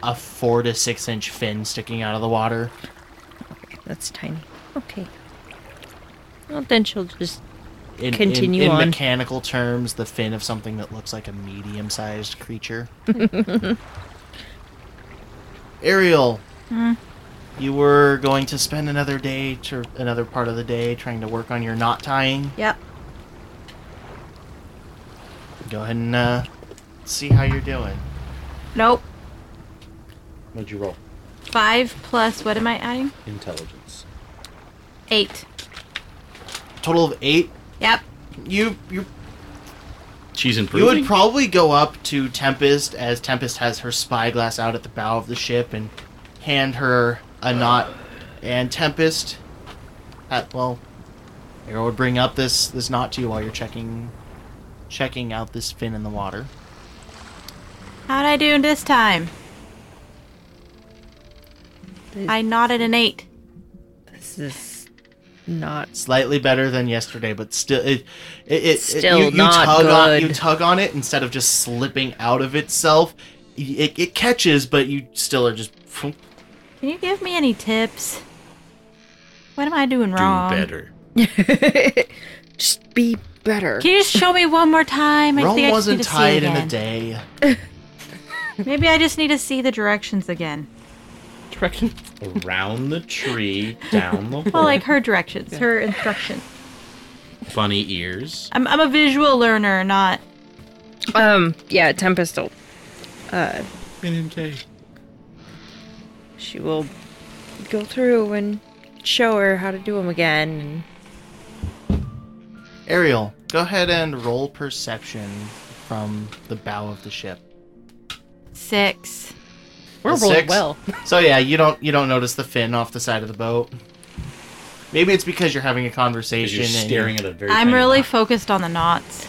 Speaker 1: a four to six inch fin sticking out of the water.
Speaker 5: That's tiny. Okay. Well, then she'll just.
Speaker 1: In, in-
Speaker 5: Continue
Speaker 1: in,
Speaker 5: on.
Speaker 1: mechanical terms, the fin of something that looks like a medium sized creature. Ariel, you were going to spend another day to another part of the day trying to work on your knot tying.
Speaker 2: Yep.
Speaker 1: Go ahead and uh, see how you're doing.
Speaker 2: Nope.
Speaker 3: What'd you roll?
Speaker 2: Five plus, what am I adding?
Speaker 3: Intelligence.
Speaker 2: Eight.
Speaker 1: Total of eight.
Speaker 2: Yep.
Speaker 1: You you
Speaker 3: She's
Speaker 1: You
Speaker 3: improving.
Speaker 1: would probably go up to Tempest as Tempest has her spyglass out at the bow of the ship and hand her a knot. And Tempest, at, well, Arrow would bring up this this knot to you while you're checking checking out this fin in the water.
Speaker 2: How'd I do this time? I nodded an eight.
Speaker 5: This is not.
Speaker 1: Slightly better than yesterday, but still, it it, it
Speaker 5: Still
Speaker 1: you, you
Speaker 5: not
Speaker 1: tug on
Speaker 5: good.
Speaker 1: you tug on it instead of just slipping out of itself. It, it catches, but you still are just
Speaker 2: Can you give me any tips? What am I doing
Speaker 3: do
Speaker 2: wrong?
Speaker 3: better.
Speaker 7: Just be better.
Speaker 2: Can you just show me one more time? I think
Speaker 1: Rome
Speaker 2: I just need
Speaker 1: wasn't
Speaker 2: to see it
Speaker 1: tied in a
Speaker 2: again.
Speaker 1: day.
Speaker 2: Maybe I just need to see the directions again.
Speaker 4: Direction.
Speaker 3: Around the tree, down the
Speaker 2: Well,
Speaker 3: hole.
Speaker 2: like her directions, her instructions.
Speaker 3: Funny ears.
Speaker 2: I'm, I'm a visual learner, not.
Speaker 5: Um, yeah, Tempest will
Speaker 3: NMK.
Speaker 5: she will go through and show her how to do them again.
Speaker 1: Ariel, go ahead and roll perception from the bow of the ship.
Speaker 2: Six.
Speaker 4: We're
Speaker 1: A
Speaker 4: rolling
Speaker 1: six?
Speaker 4: well.
Speaker 1: So yeah, you don't you don't notice the fin off the side of the boat. Maybe it's because you're having a conversation
Speaker 3: You're
Speaker 1: and
Speaker 3: staring at a very.
Speaker 2: I'm
Speaker 3: tiny
Speaker 2: really
Speaker 3: rock.
Speaker 2: focused on the knots.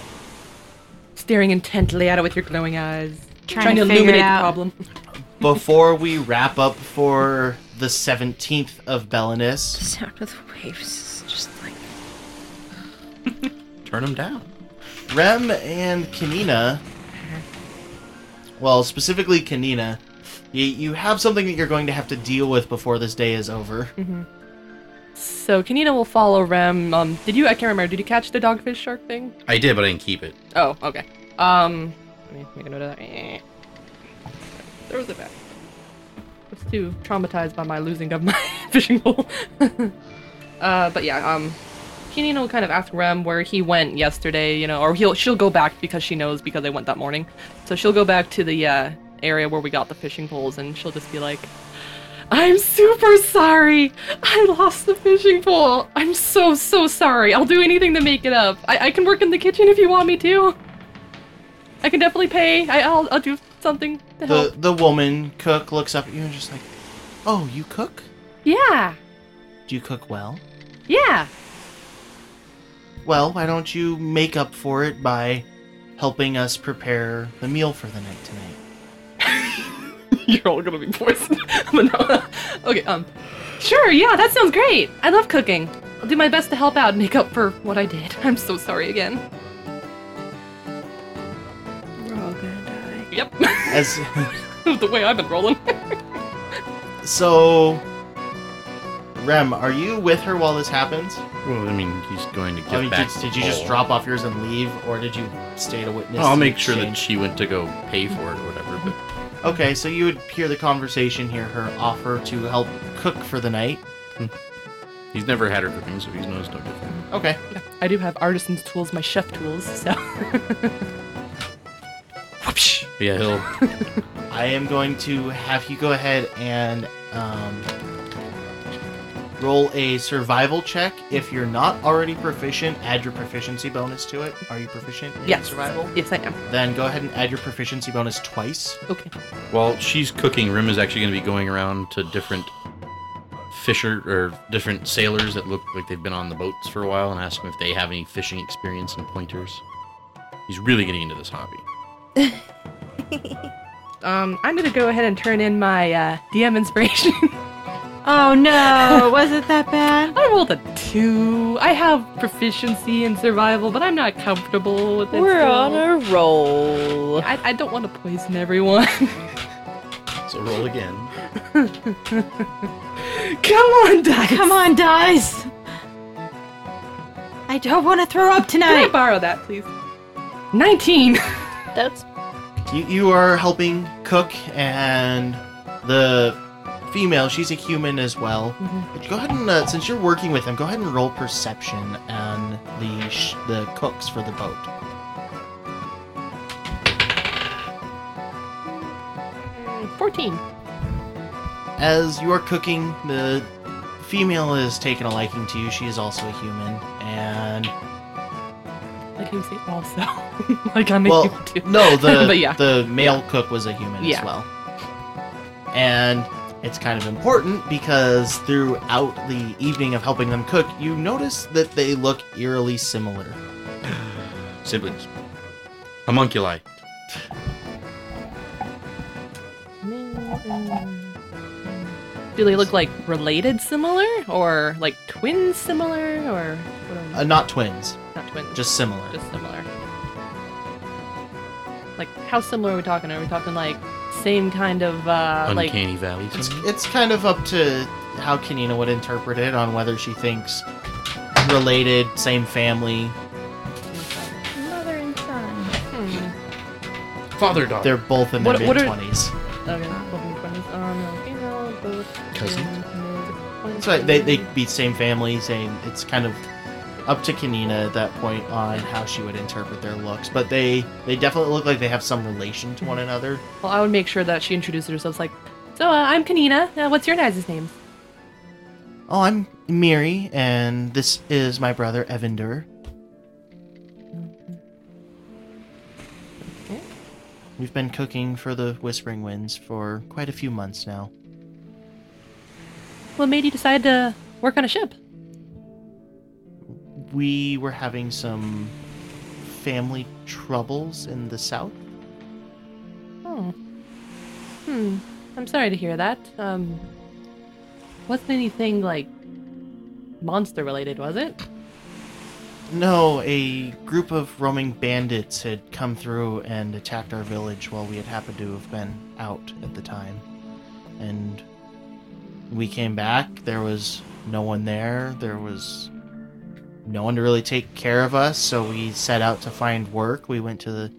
Speaker 4: Staring intently at it with your glowing eyes.
Speaker 2: Trying to figure
Speaker 4: illuminate
Speaker 2: it out.
Speaker 4: the problem.
Speaker 1: before we wrap up for the 17th of
Speaker 5: The
Speaker 1: Belinus,
Speaker 5: sound of the waves is just like
Speaker 3: Turn them down.
Speaker 1: Rem and Kanina, well, specifically Kanina, you, you have something that you're going to have to deal with before this day is over.
Speaker 4: Mm-hmm. So Kanina will follow Rem. Um, did you? I can't remember. Did you catch the dogfish shark thing?
Speaker 3: I did, but I didn't keep it.
Speaker 4: Oh, okay. Um, let me make a note of that. Eh. Throws it back. It's too traumatized by my losing of my fishing pole. uh, but yeah, um, Kinino will kind of ask Rem where he went yesterday, you know, or he'll she'll go back because she knows because they went that morning. So she'll go back to the uh, area where we got the fishing poles, and she'll just be like. I'm super sorry. I lost the fishing pole. I'm so, so sorry. I'll do anything to make it up. I, I can work in the kitchen if you want me to. I can definitely pay. I, I'll, I'll do something to
Speaker 1: The,
Speaker 4: help.
Speaker 1: the woman cook looks up at you and just like, Oh, you cook?
Speaker 4: Yeah.
Speaker 1: Do you cook well?
Speaker 4: Yeah.
Speaker 1: Well, why don't you make up for it by helping us prepare the meal for the night tonight?
Speaker 4: You're all gonna be poisoned. But no. okay, um. Sure, yeah, that sounds great. I love cooking. I'll do my best to help out and make up for what I did. I'm so sorry again.
Speaker 5: we're all gonna die.
Speaker 4: Yep.
Speaker 1: As
Speaker 4: the way I've been rolling.
Speaker 1: so, Rem, are you with her while this happens?
Speaker 3: Well, I mean, he's going to get
Speaker 1: I mean,
Speaker 3: back.
Speaker 1: did,
Speaker 3: the
Speaker 1: did you just
Speaker 3: pole.
Speaker 1: drop off yours and leave, or did you stay to witness?
Speaker 3: Well, I'll
Speaker 1: the
Speaker 3: make sure that
Speaker 1: exchange?
Speaker 3: she went to go pay for it or whatever. But
Speaker 1: Okay, so you would hear the conversation, hear her offer to help cook for the night.
Speaker 3: he's never had her cooking, so he's knows no different.
Speaker 1: Okay.
Speaker 4: I do have artisan's tools, my chef tools, so. Whoopsh.
Speaker 3: But yeah, he'll.
Speaker 1: I am going to have you go ahead and um, roll a survival check. If you're not already proficient, add your proficiency bonus to it. Are you proficient in
Speaker 4: Yes.
Speaker 1: survival?
Speaker 4: Yes, I am.
Speaker 1: Then go ahead and add your proficiency bonus twice.
Speaker 4: Okay.
Speaker 3: While she's cooking, Rim is actually going to be going around to different fisher or different sailors that look like they've been on the boats for a while and ask them if they have any fishing experience and pointers. He's really getting into this hobby.
Speaker 4: Um, I'm gonna go ahead and turn in my uh, DM inspiration.
Speaker 2: Oh no, was it that bad?
Speaker 4: I rolled a two. I have proficiency in survival, but I'm not comfortable with it.
Speaker 5: We're
Speaker 4: still.
Speaker 5: on a roll.
Speaker 4: I, I don't want to poison everyone.
Speaker 3: So roll again.
Speaker 4: Come on, Dice.
Speaker 2: Come on, dice. I don't want to throw up
Speaker 4: Can I
Speaker 2: tonight.
Speaker 4: borrow that, please? Nineteen.
Speaker 5: That's
Speaker 1: You, you are helping cook, and the female, she's a human as well. But Go ahead and, uh, since you're working with them, go ahead and roll perception on the sh- the cooks for the boat.
Speaker 4: Fourteen.
Speaker 1: As you are cooking, the female is taking a liking to you. She is also a human, and
Speaker 4: Like you say, also. like I'm
Speaker 1: well,
Speaker 4: a you too.
Speaker 1: no, the
Speaker 4: But yeah.
Speaker 1: the male cook was a human as
Speaker 4: Yeah.
Speaker 1: well. And it's kind of important because throughout the evening of helping them cook, you notice that they look eerily similar.
Speaker 3: Siblings. Homunculi.
Speaker 4: Do they look like related, similar, or like twins, similar, or what are
Speaker 1: Uh, not twins,
Speaker 4: not twins?
Speaker 1: just similar.
Speaker 4: just similar. Like, how similar are we talking? Are we talking like same kind of uh, like?
Speaker 3: Uncanny Valley.
Speaker 1: It's
Speaker 3: something?
Speaker 1: it's kind of up to how Kanina would interpret it on whether she thinks related, same family.
Speaker 2: Mother and son.
Speaker 3: Father daughter.
Speaker 1: They're both in their
Speaker 4: What- what
Speaker 1: mid
Speaker 4: are-
Speaker 1: twenties.
Speaker 4: Okay. Um, you know, both
Speaker 3: Cousins?
Speaker 1: That's right. They they be same family, same. It's kind of up to Kanina at that point on how she would interpret their looks, but they they definitely look like they have some relation to one another.
Speaker 4: Well, I would make sure that she introduces herself. Like, so uh, I'm Kanina. Uh, what's your guys' name?
Speaker 1: Oh, I'm Miri, and this is my brother Evander. We've been cooking for the Whispering Winds for quite a few months now.
Speaker 4: What made you decide to work on a ship?
Speaker 1: We were having some family troubles in the south.
Speaker 4: Oh. Hmm. I'm sorry to hear that. Um. Wasn't anything like monster related, was it?
Speaker 1: No, a group of roaming bandits had come through and attacked our village while we had happened to have been out at the time. And we came back, there was no one there, there was no one to really take care of us, so we set out to find work. We went to the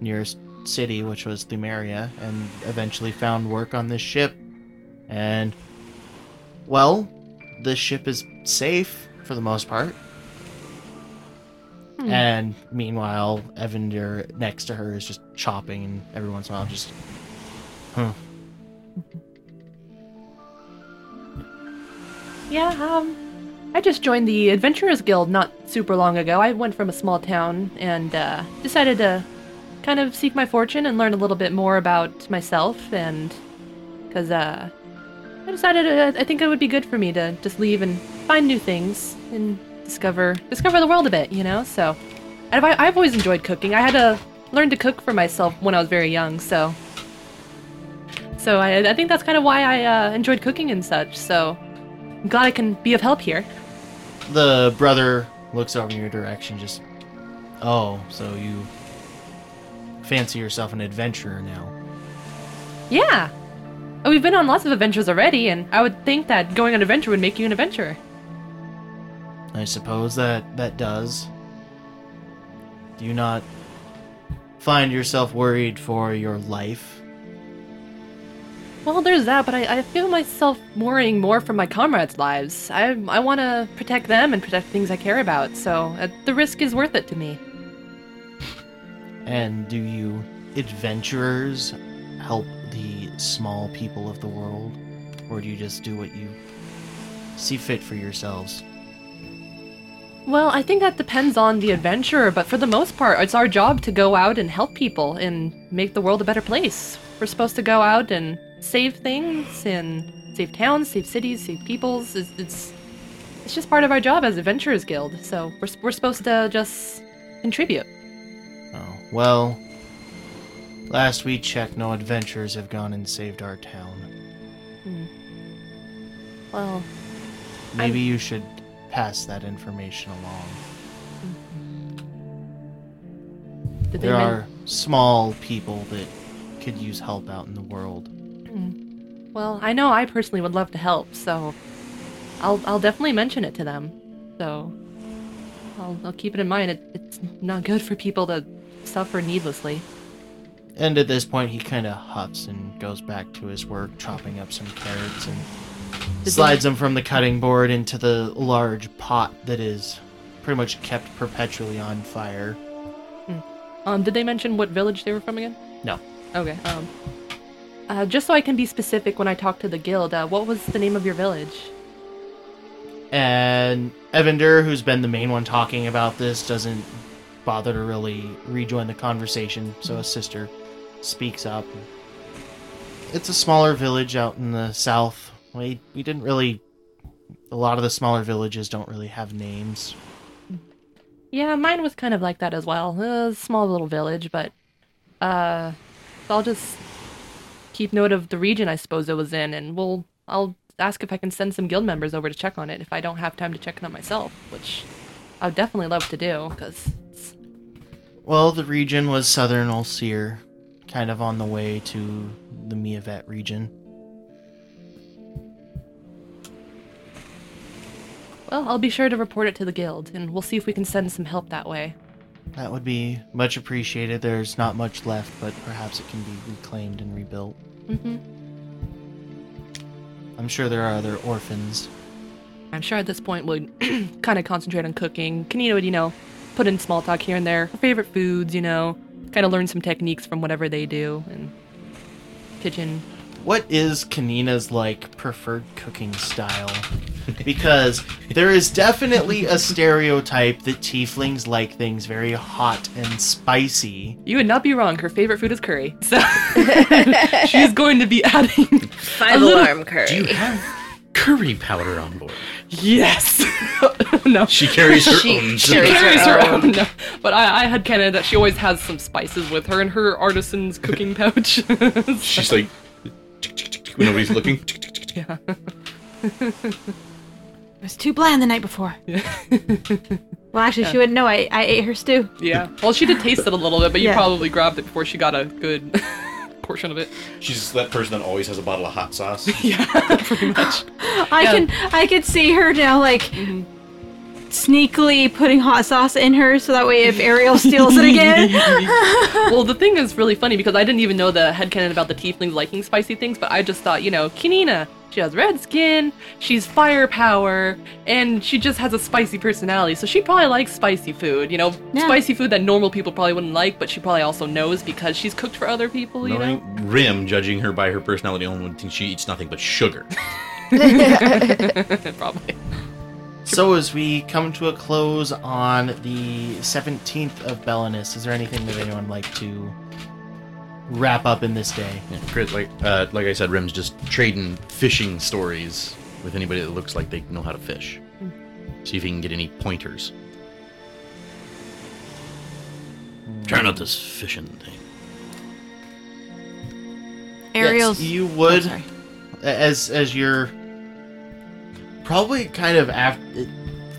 Speaker 1: nearest city, which was Thumeria, and eventually found work on this ship. And, well, this ship is safe for the most part. And meanwhile, Evander next to her is just chopping, and every once in a while, just. Huh.
Speaker 4: Yeah, um, I just joined the Adventurers Guild not super long ago. I went from a small town and uh, decided to kind of seek my fortune and learn a little bit more about myself, and because uh, I decided uh, I think it would be good for me to just leave and find new things and discover discover the world a bit, you know. So, and I, I've always enjoyed cooking. I had to learn to cook for myself when I was very young, so. So I, I think that's kind of why I uh, enjoyed cooking and such. So I'm glad I can be of help here.
Speaker 1: The brother looks over in your direction, just. Oh, so you fancy yourself an adventurer now.
Speaker 4: Yeah. Oh, We've been on lots of adventures already, and I would think that going on an adventure would make you an adventurer.
Speaker 1: I suppose that that does. Do you not find yourself worried for your life?
Speaker 4: Well, there's that, but I, I feel myself worrying more for my comrades' lives. I, I want to protect them and protect things I care about, so uh, the risk is worth it to me.
Speaker 1: And do you adventurers help the small people of the world? Or do you just do what you see fit for yourselves?
Speaker 4: Well, I think that depends on the adventurer, but for the most part, it's our job to go out and help people and make the world a better place. We're supposed to go out and save things and save towns, save cities, save peoples. It's it's, it's just part of our job as Adventurers Guild. So we're s- we're supposed to just contribute.
Speaker 1: Oh, well, last we checked, no adventurers have gone and saved our town.
Speaker 4: Well,
Speaker 1: Maybe you should pass that information along.
Speaker 4: did they
Speaker 1: There
Speaker 4: men-
Speaker 1: are small people that could use help out in the world.
Speaker 4: Well, I know I personally would love to help, so I'll I'll definitely mention it to them. So I'll I'll keep it in mind. It, it's not good for people to suffer needlessly.
Speaker 1: And at this point, he kind of huffs and goes back to his work, chopping up some carrots and
Speaker 4: Does
Speaker 1: slides them from the cutting board into the large pot that is pretty much kept perpetually on fire.
Speaker 4: Um, did they mention what village they were from again?
Speaker 1: No.
Speaker 4: Okay. Um, uh, just so I can be specific when I talk to the guild, uh, what was the name of your village?
Speaker 1: And Evander, who's been the main one talking about this, doesn't bother to really rejoin the conversation, so his sister speaks up. It's a smaller village out in the south. We, we didn't really. A lot of the smaller villages don't really have names.
Speaker 4: Yeah, mine was kind of like that as well. A small little village, but uh, I'll just keep note of the region I suppose it was in, and we'll I'll ask if I can send some guild members over to check on it if I don't have time to check it on myself, which I would definitely love to do because
Speaker 1: Well, the region was southern Olsir, kind of on the way to the Miavet region.
Speaker 4: Well, I'll be sure to report it to the guild, and we'll see if we can send some help that way.
Speaker 1: That would be much appreciated. There's not much left, but perhaps it can be reclaimed and rebuilt.
Speaker 4: hmm
Speaker 1: I'm sure there are other orphans.
Speaker 4: I'm sure at this point we'll kind of concentrate on cooking. Kanina would, you know, put in small talk here and there, her favorite foods, you know, kind of learn some techniques from whatever they do, and kitchen.
Speaker 1: What is Kanina's like preferred cooking style? Because there is definitely a stereotype that tieflings like things very hot and spicy.
Speaker 4: You would not be wrong. Her favorite food is curry, so she's going to be adding.
Speaker 5: Five
Speaker 4: little-
Speaker 5: alarm curry.
Speaker 3: Do you have curry powder on board?
Speaker 4: Yes. no.
Speaker 3: She carries her
Speaker 5: She-
Speaker 3: own.
Speaker 5: she-
Speaker 4: She
Speaker 5: It's her
Speaker 4: carries her
Speaker 5: own.
Speaker 4: own. No. But I, I had kind of that she always has some spices with her in her artisan's cooking pouch.
Speaker 7: She's like, when nobody's looking.
Speaker 4: yeah.
Speaker 2: It was too bland the night before. well, actually, she wouldn't know. I, I ate her stew.
Speaker 4: Yeah. Well, she did taste it a little bit, but
Speaker 2: Yeah.
Speaker 4: you probably grabbed it before she got a good portion of it.
Speaker 7: She's that person that always has a bottle of hot sauce.
Speaker 4: Yeah, pretty much.
Speaker 2: I
Speaker 4: Yeah.
Speaker 2: can I could see her now like sneakily putting hot sauce in her so that way if Ariel steals it again.
Speaker 4: well, the thing is really funny because I didn't even know the headcanon about the tieflings liking spicy things, but I just thought, you know, Kinina, she has red skin, she's firepower, and she just has a spicy personality. So she probably likes spicy food, you know,
Speaker 2: Yeah.
Speaker 4: spicy food that normal people probably wouldn't like, but she probably also knows because she's cooked for other people, you know?
Speaker 7: Knowing Rim, judging her by her personality alone, would think she eats nothing but sugar.
Speaker 4: probably.
Speaker 1: So as we come to a close on the 17th of Belinus, is there anything that anyone would like to wrap up in this day?
Speaker 3: Yeah, Chris, like uh, like I said, Rim's just trading fishing stories with anybody that looks like they know how to fish. See if he can get any pointers. Try out this fishing thing.
Speaker 2: Ariel's Oh,
Speaker 1: you would
Speaker 2: sorry.
Speaker 1: as as you're probably kind of after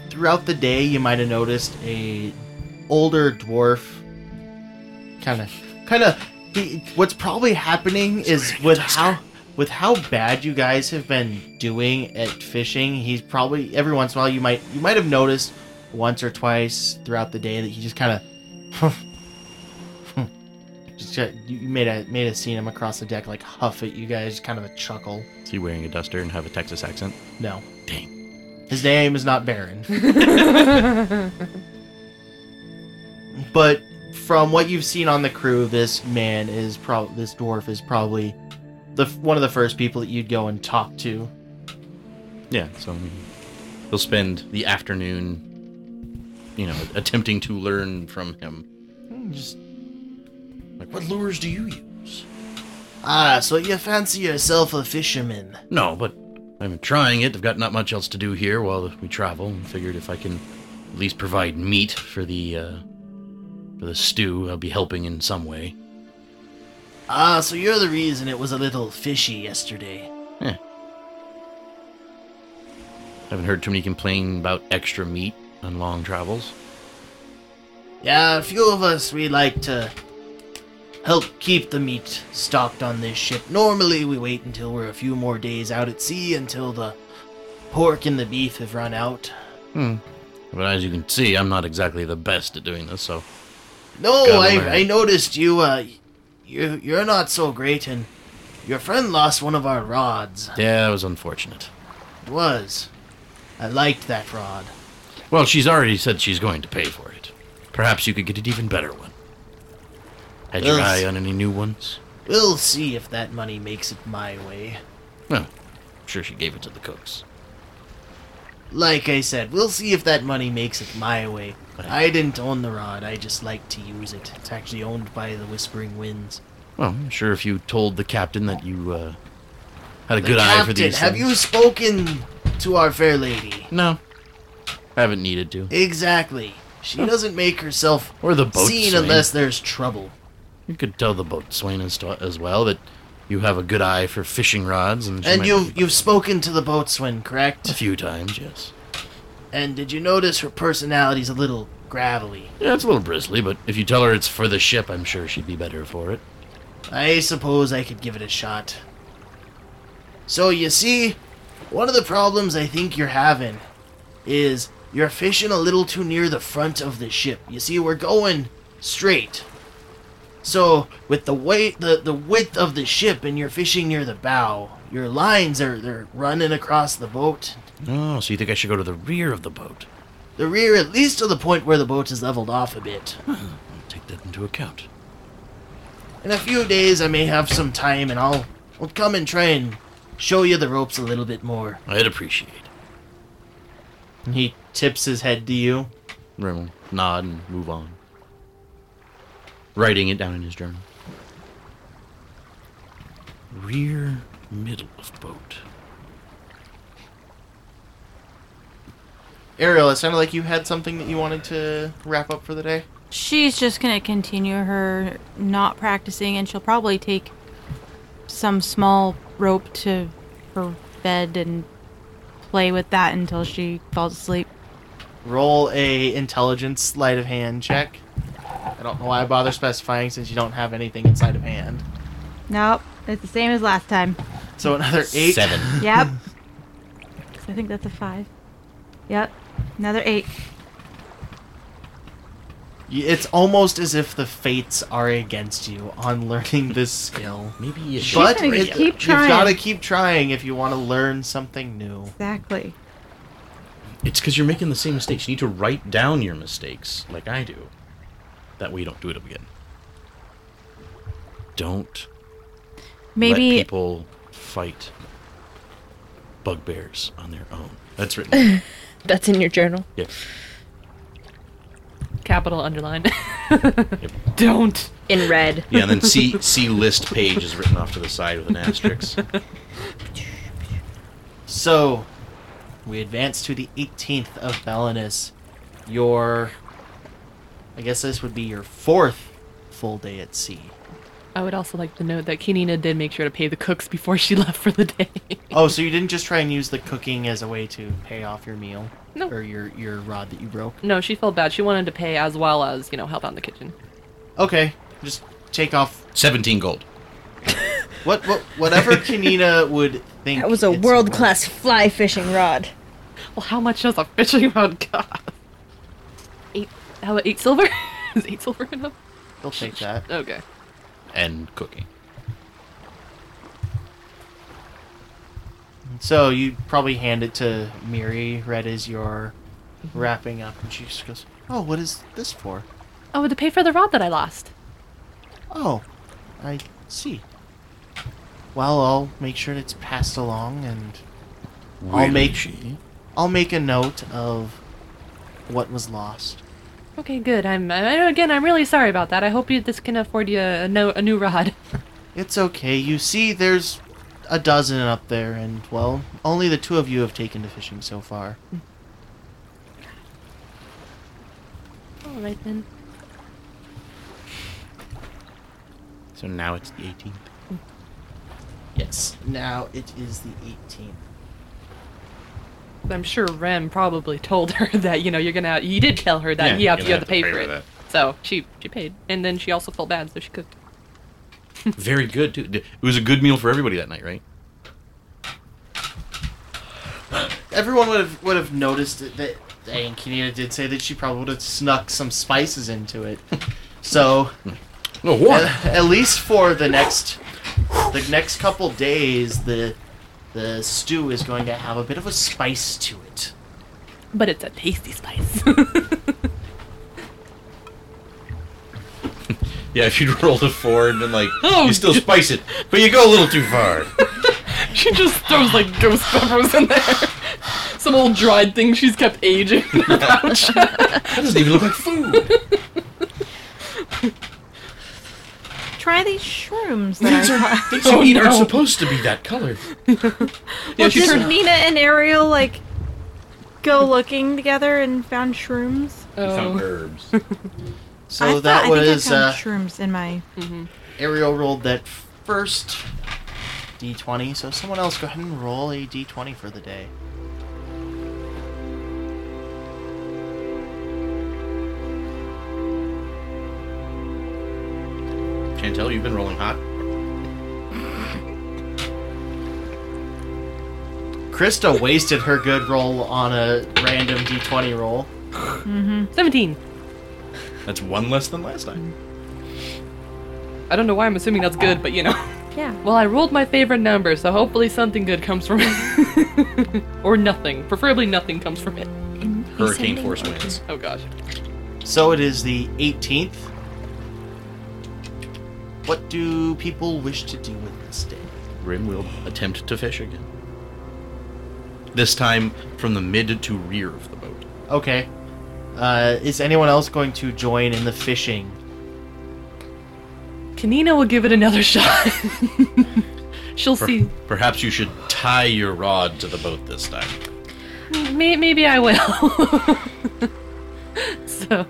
Speaker 1: throughout the day you might have noticed a older dwarf kind of kind of what's probably happening is with how with how bad you guys have been doing at fishing he's probably every once in a while you might you might have noticed once or twice throughout the day that he just kind of just kind of- you you made a made a scene him across the deck like huff at you guys kind of a chuckle
Speaker 3: Is he wearing a duster and have a Texas accent?
Speaker 1: no
Speaker 3: Dang.
Speaker 1: his name is not Baron. but from what you've seen on the crew, this man is probably this dwarf is probably the f- one of the first people that you'd go and talk to.
Speaker 3: Yeah. So he'll spend the afternoon, you know, attempting to learn from him.
Speaker 1: Just
Speaker 3: Like, what lures do you use?
Speaker 1: ah, so you fancy yourself a fisherman?
Speaker 3: No, but I'm trying it. I've got not much else to do here while we travel. and figured if I can at least provide meat for the uh, for the stew, I'll be helping in some way.
Speaker 1: Ah, so you're the reason it was a little fishy yesterday.
Speaker 3: Haven't heard too many complain about extra meat on long travels.
Speaker 1: Yeah, a few of us we like to help keep the meat stocked on this ship. Normally we wait until we're a few more days out at sea until the pork and the beef have run out.
Speaker 3: But as you can see, I'm not exactly the best at doing this, so
Speaker 1: No,
Speaker 3: Gotta learn.
Speaker 1: I, I noticed you uh you you're not so great and your friend lost one of our rods.
Speaker 3: yeah, it was unfortunate.
Speaker 1: It was. I liked that rod.
Speaker 3: Well, she's already said she's going to pay for it. Perhaps you could get an even better one. Had your
Speaker 1: Ugh.
Speaker 3: eye on any new ones?
Speaker 1: We'll see if that money makes it my way.
Speaker 3: Well, I'm sure she gave it to the cooks.
Speaker 1: Like I said, we'll see if that money makes it my way. I didn't own the rod, I just like to use it. It's actually owned by the Whispering Winds.
Speaker 3: Well, I'm sure if you told the captain that you uh, had a
Speaker 1: The
Speaker 3: good eye for
Speaker 1: captain,
Speaker 3: these
Speaker 1: have
Speaker 3: things.
Speaker 1: you spoken to our fair lady?
Speaker 3: No, I haven't needed to.
Speaker 1: Exactly. She doesn't make herself
Speaker 3: Or the boat
Speaker 1: seen
Speaker 3: swain.
Speaker 1: unless there's trouble.
Speaker 3: You could tell the boatswain as, to- as well that you have a good eye for fishing rods, and she
Speaker 1: And
Speaker 3: might
Speaker 1: you've
Speaker 3: be-
Speaker 1: you've spoken to the boatswain,
Speaker 3: a
Speaker 1: correct?
Speaker 3: few times, yes.
Speaker 1: And did you notice her personality's a little gravelly?
Speaker 3: Yeah, it's a little bristly, but if you tell her it's for the ship, I'm sure she'd be better for it.
Speaker 1: I suppose I could give it a shot. So you see, one of the problems I think you're having is you're fishing a little too near the front of the ship. You see, we're going straight. So with the weight, the, the width of the ship, and you're fishing near the bow, your lines are they're running across the boat.
Speaker 3: Oh, so you think I should go to the rear of the boat?
Speaker 1: The rear, at least to the point where the boat is leveled off a bit.
Speaker 3: I'll take that into account.
Speaker 1: In a few days, I may have some time, and I'll I'll come and try and show you the ropes a little bit more.
Speaker 3: I'd appreciate.
Speaker 1: He tips his head to you.
Speaker 3: Rim will nod and move on. Writing it down in his journal. Rear middle of boat.
Speaker 1: Ariel, it sounded like you had something that you wanted to wrap up for the day.
Speaker 2: She's just going to continue her not practicing, and she'll probably take some small rope to her bed and play with that until she falls asleep.
Speaker 1: Roll a intelligence sleight of hand check. I don't know why I bother specifying since you don't have anything in sleight of hand.
Speaker 2: Nope, it's the same as last time.
Speaker 1: So another eight.
Speaker 3: Seven.
Speaker 2: Yep. 'Cause I think that's a five. Yep, another eight.
Speaker 1: Y- It's almost as if the fates are against you on learning this skill.
Speaker 3: Maybe you should.
Speaker 1: But
Speaker 2: gonna
Speaker 1: it-
Speaker 2: keep
Speaker 1: you've
Speaker 2: trying.
Speaker 1: got to keep trying if you want to learn something new.
Speaker 2: Exactly.
Speaker 3: It's because you're making the same mistakes. You need to write down your mistakes, like I do. That way you don't do it again. Don't
Speaker 2: Maybe
Speaker 3: let people fight bugbears on their own. That's written.
Speaker 5: That's in your journal.
Speaker 3: yep.
Speaker 4: Capital underline.
Speaker 3: Yep.
Speaker 4: Don't.
Speaker 5: In red.
Speaker 3: Yeah, and then C C list page is written off to the side with an asterisk.
Speaker 1: So, we advance to the 18th of Belinus. Your, I guess this would be your fourth full day at sea.
Speaker 4: I would also like to note that Kinina did make sure to pay the cooks before she left for the day.
Speaker 1: Oh, so you didn't just try and use the cooking as a way to pay off your meal?
Speaker 4: No.
Speaker 1: Or your, your rod that you broke?
Speaker 4: no, she felt bad. She wanted to pay as well as, you know, help out in the kitchen.
Speaker 1: Okay, just take off
Speaker 3: Seventeen gold.
Speaker 1: what, what whatever Kanina would think.
Speaker 5: That was a
Speaker 1: it's
Speaker 5: world class fly fishing rod.
Speaker 4: Well, how much does a fishing rod cost? Eight. How about eight silver? Is eight silver enough?
Speaker 1: worth. They'll take that.
Speaker 4: Okay.
Speaker 3: And cooking.
Speaker 1: So you probably hand it to Miri right as you're
Speaker 5: Mm-hmm.
Speaker 1: wrapping up, and she just goes, "Oh, what is this for?
Speaker 4: Oh, to pay for the rod that I lost.
Speaker 1: Oh, I see. Well, I'll make sure it's passed along, and I'll make
Speaker 3: she.
Speaker 1: I'll make a note of what was lost."
Speaker 4: Okay, good. I'm. I know. Again, I'm really sorry about that. I hope you this can afford you a, no, a new rod.
Speaker 1: It's okay. You see, there's a dozen up there, and well, only the two of you have taken to fishing so far.
Speaker 4: All right then.
Speaker 3: So now it's the eighteenth.
Speaker 1: Yes. Now it is the 18th.
Speaker 4: I'm sure Rem probably told her that you know you're gonna. You did tell her that
Speaker 3: Yeah,
Speaker 4: you have,
Speaker 7: you're
Speaker 4: you have
Speaker 7: gonna
Speaker 4: to pay,
Speaker 7: have to
Speaker 4: for
Speaker 7: pay
Speaker 4: it.
Speaker 7: for that.
Speaker 4: So she she paid, and then she also felt bad, so she cooked.
Speaker 3: Very good too. It was a good meal for everybody that night, right?
Speaker 1: Everyone would have would have noticed that, that and Kanina did say that she probably would have snuck some spices into it. So
Speaker 3: No what?
Speaker 1: at, at least for the next the next couple days the the stew is going to have a bit of a spice to it
Speaker 4: But it's a tasty spice.
Speaker 7: Yeah, if you'd rolled a four and been like,
Speaker 4: Oh,
Speaker 7: you still spice it, but you go a little too far.
Speaker 4: she just throws like ghost peppers in there. Some old dried thing she's kept aging.
Speaker 7: That doesn't even look like food.
Speaker 2: try these shrooms that are.
Speaker 7: Things
Speaker 4: Oh,
Speaker 7: you eat aren't supposed to be that color.
Speaker 4: yeah, she
Speaker 2: Did
Speaker 4: turned.
Speaker 2: Nina and Ariel like go looking together and found shrooms?
Speaker 7: Some
Speaker 4: Oh.
Speaker 7: herbs.
Speaker 1: so
Speaker 2: I
Speaker 1: that
Speaker 2: thought, I
Speaker 1: was
Speaker 2: think I found
Speaker 1: uh,
Speaker 2: shrooms in my.
Speaker 1: ariel rolled that first d20 so someone else go ahead and roll a d20 for the day
Speaker 3: Chantel, you've been rolling hot.
Speaker 1: Krista wasted her good roll on a random d20 roll.
Speaker 4: 17.
Speaker 7: That's one less than last time.
Speaker 4: I don't know why I'm assuming that's good, but you know.
Speaker 5: Yeah.
Speaker 4: Well, I rolled my favorite number, so hopefully something good comes from it. or nothing. Preferably nothing comes from it.
Speaker 7: Hurricane force winds.
Speaker 4: Oh gosh.
Speaker 1: So it is the 18th. What do people wish to do with this day?
Speaker 3: Rim will attempt to fish again. This time from the mid to rear of the boat.
Speaker 1: Okay. Uh, is anyone else going to join in the fishing?
Speaker 4: Kanina will give it another shot. She'll
Speaker 3: Per-
Speaker 4: see.
Speaker 3: Perhaps you should tie your rod to the boat this time.
Speaker 4: May- maybe I will. so,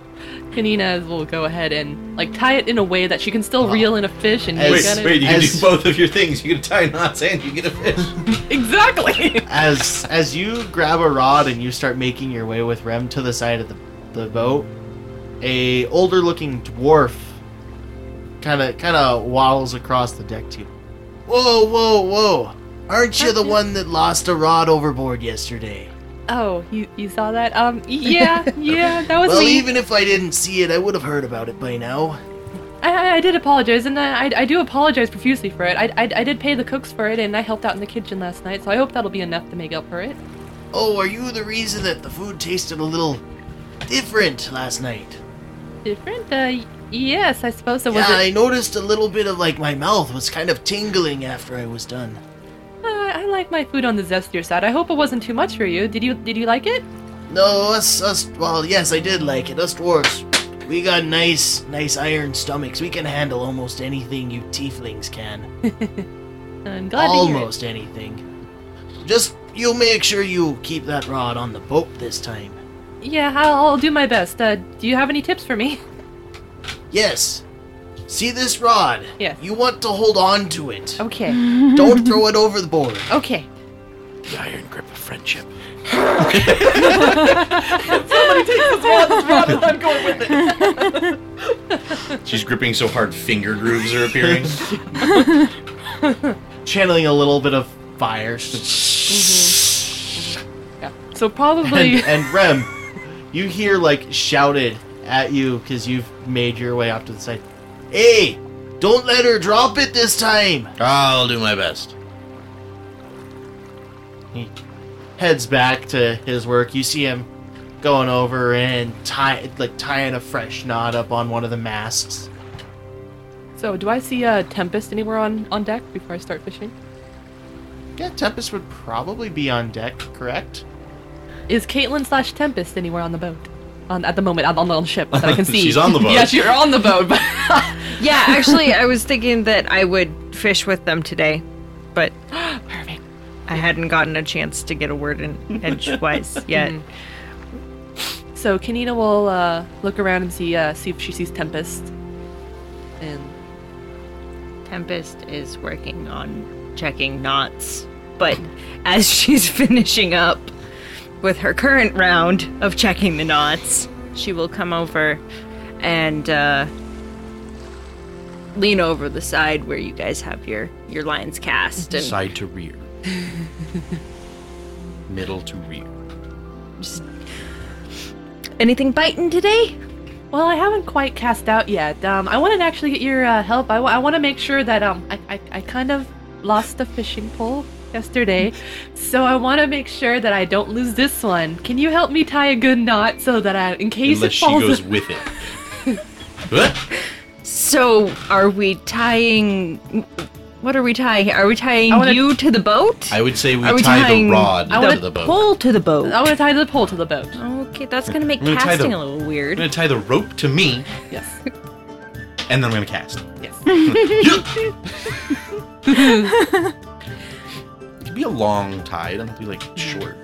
Speaker 4: Kanina will go ahead and like tie it in a way that she can still reel in a fish and
Speaker 1: As-
Speaker 4: you
Speaker 7: Oh. Wait,
Speaker 4: got it.
Speaker 7: wait, you can
Speaker 1: as-
Speaker 7: do both of your things. You can tie knots and you get a fish.
Speaker 4: Exactly.
Speaker 1: As as you grab a rod and you start making your way with Rem to the side of the, the boat, a older looking dwarf kind of kind of waddles across the deck to you. Whoa, whoa, whoa! Aren't you the one that lost a rod overboard yesterday?
Speaker 4: oh, you you saw that? Um, yeah, yeah, that was
Speaker 1: Well,
Speaker 4: me.
Speaker 1: even if I didn't see it, I would have heard about it by now.
Speaker 4: I, I, I did apologize, and I, I, I do apologize profusely for it. I, I, I did pay the cooks for it, and I helped out in the kitchen last night, so I hope that'll be enough to make up for it.
Speaker 1: Oh, are you the reason that the food tasted a little different last night?
Speaker 4: Different? Uh, yes, I suppose so. Was
Speaker 1: yeah,
Speaker 4: it?
Speaker 1: I noticed a little bit of like my mouth was kind of tingling after I was done.
Speaker 4: Uh, I like my food on the zestier side. I hope it wasn't too much for you. Did you Did you like it?
Speaker 1: No, us, us, well, yes, I did like it. Us dwarves, we got nice, nice iron stomachs. We can handle almost anything you tieflings can.
Speaker 4: I'm glad
Speaker 1: almost anything. Just, you make sure you keep that rod on the boat this time.
Speaker 4: to hear it. Yeah, I'll, I'll do my best. Uh, do you have any tips for me?
Speaker 1: Yes. See this rod?
Speaker 4: Yes. Oh.
Speaker 1: You want to hold on to it.
Speaker 4: Okay.
Speaker 1: Don't throw it over the board.
Speaker 4: Okay.
Speaker 3: The iron grip of friendship.
Speaker 7: She's gripping so hard, finger grooves are appearing.
Speaker 1: Channeling a little bit of fire.
Speaker 4: Yeah. So probably.
Speaker 1: and Rem, you hear like shouted at you because you've made your way off to the side. Hey, don't let her drop it this time.
Speaker 3: I'll do my best.
Speaker 1: He heads back to his work. You see him going over and tie like tying a fresh knot up on one of the masts.
Speaker 4: so do I see a tempest anywhere on on deck before I start fishing?
Speaker 1: Yeah, Tempest would probably be on deck, correct?
Speaker 4: Is Caitlin slash Tempest anywhere on the boat? On, at the moment, on, on the ship that I can see.
Speaker 7: She's on the boat.
Speaker 4: yes, you're on the boat. But
Speaker 5: Yeah, actually, I was thinking that I would fish with them today, but
Speaker 4: Perfect.
Speaker 5: I hadn't gotten a chance to get a word in edgewise yet.
Speaker 4: So Kanina will uh, look around and see uh, see if she sees Tempest. And
Speaker 5: Tempest is working on checking knots, but as she's finishing up with her current round of checking the knots, she will come over and uh, lean over the side where you guys have your your lines cast and
Speaker 3: Side to rear. Middle to rear.
Speaker 5: anything biting today?
Speaker 4: well, I haven't quite cast out yet. Um, I want to actually get your uh, help. I want to make sure that um I, I, I kind of lost a fishing pole yesterday, so I want to make sure that I don't lose this one. Can you help me tie a good knot so that I, in case
Speaker 7: Unless
Speaker 4: it
Speaker 7: she
Speaker 4: falls,
Speaker 7: goes with it. What?
Speaker 5: So, are we tying? What are we tying? Are we tying
Speaker 4: wanna-
Speaker 5: you to the boat?
Speaker 3: I would say we
Speaker 5: are we
Speaker 3: tie
Speaker 5: tying
Speaker 3: the rod
Speaker 4: I wanna
Speaker 3: to the boat.
Speaker 5: Pole to the boat.
Speaker 4: I want to tie the pole to the boat.
Speaker 5: Okay, that's gonna make
Speaker 7: Oh, I'm gonna tie
Speaker 5: casting
Speaker 7: the-
Speaker 5: a little
Speaker 7: I'm
Speaker 5: weird.
Speaker 7: gonna tie the rope to me,
Speaker 4: Yes.
Speaker 7: and then I'm gonna cast.
Speaker 4: Yes.
Speaker 7: It could be a long tie. It doesn't have to be like short.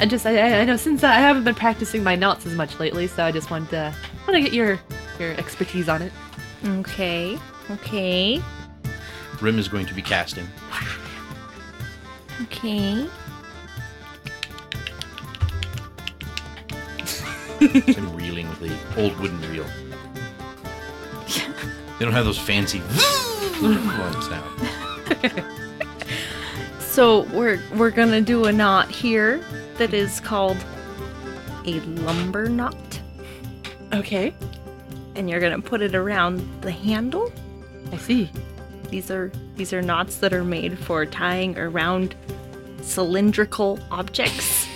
Speaker 4: I just I, I- I know since I haven't been practicing my knots as much lately, so I just wanted to want to get your your expertise on it.
Speaker 5: Okay. Okay.
Speaker 3: Rim is going to be casting.
Speaker 5: Okay.
Speaker 3: I'm reeling with the old wooden reel. They don't have those fancy ones now.
Speaker 8: So we're we're gonna do a knot here that is called a lumber knot,
Speaker 4: Okay.
Speaker 8: and you're gonna put it around the handle.
Speaker 4: I see.
Speaker 8: These are these are knots that are made for tying around cylindrical objects,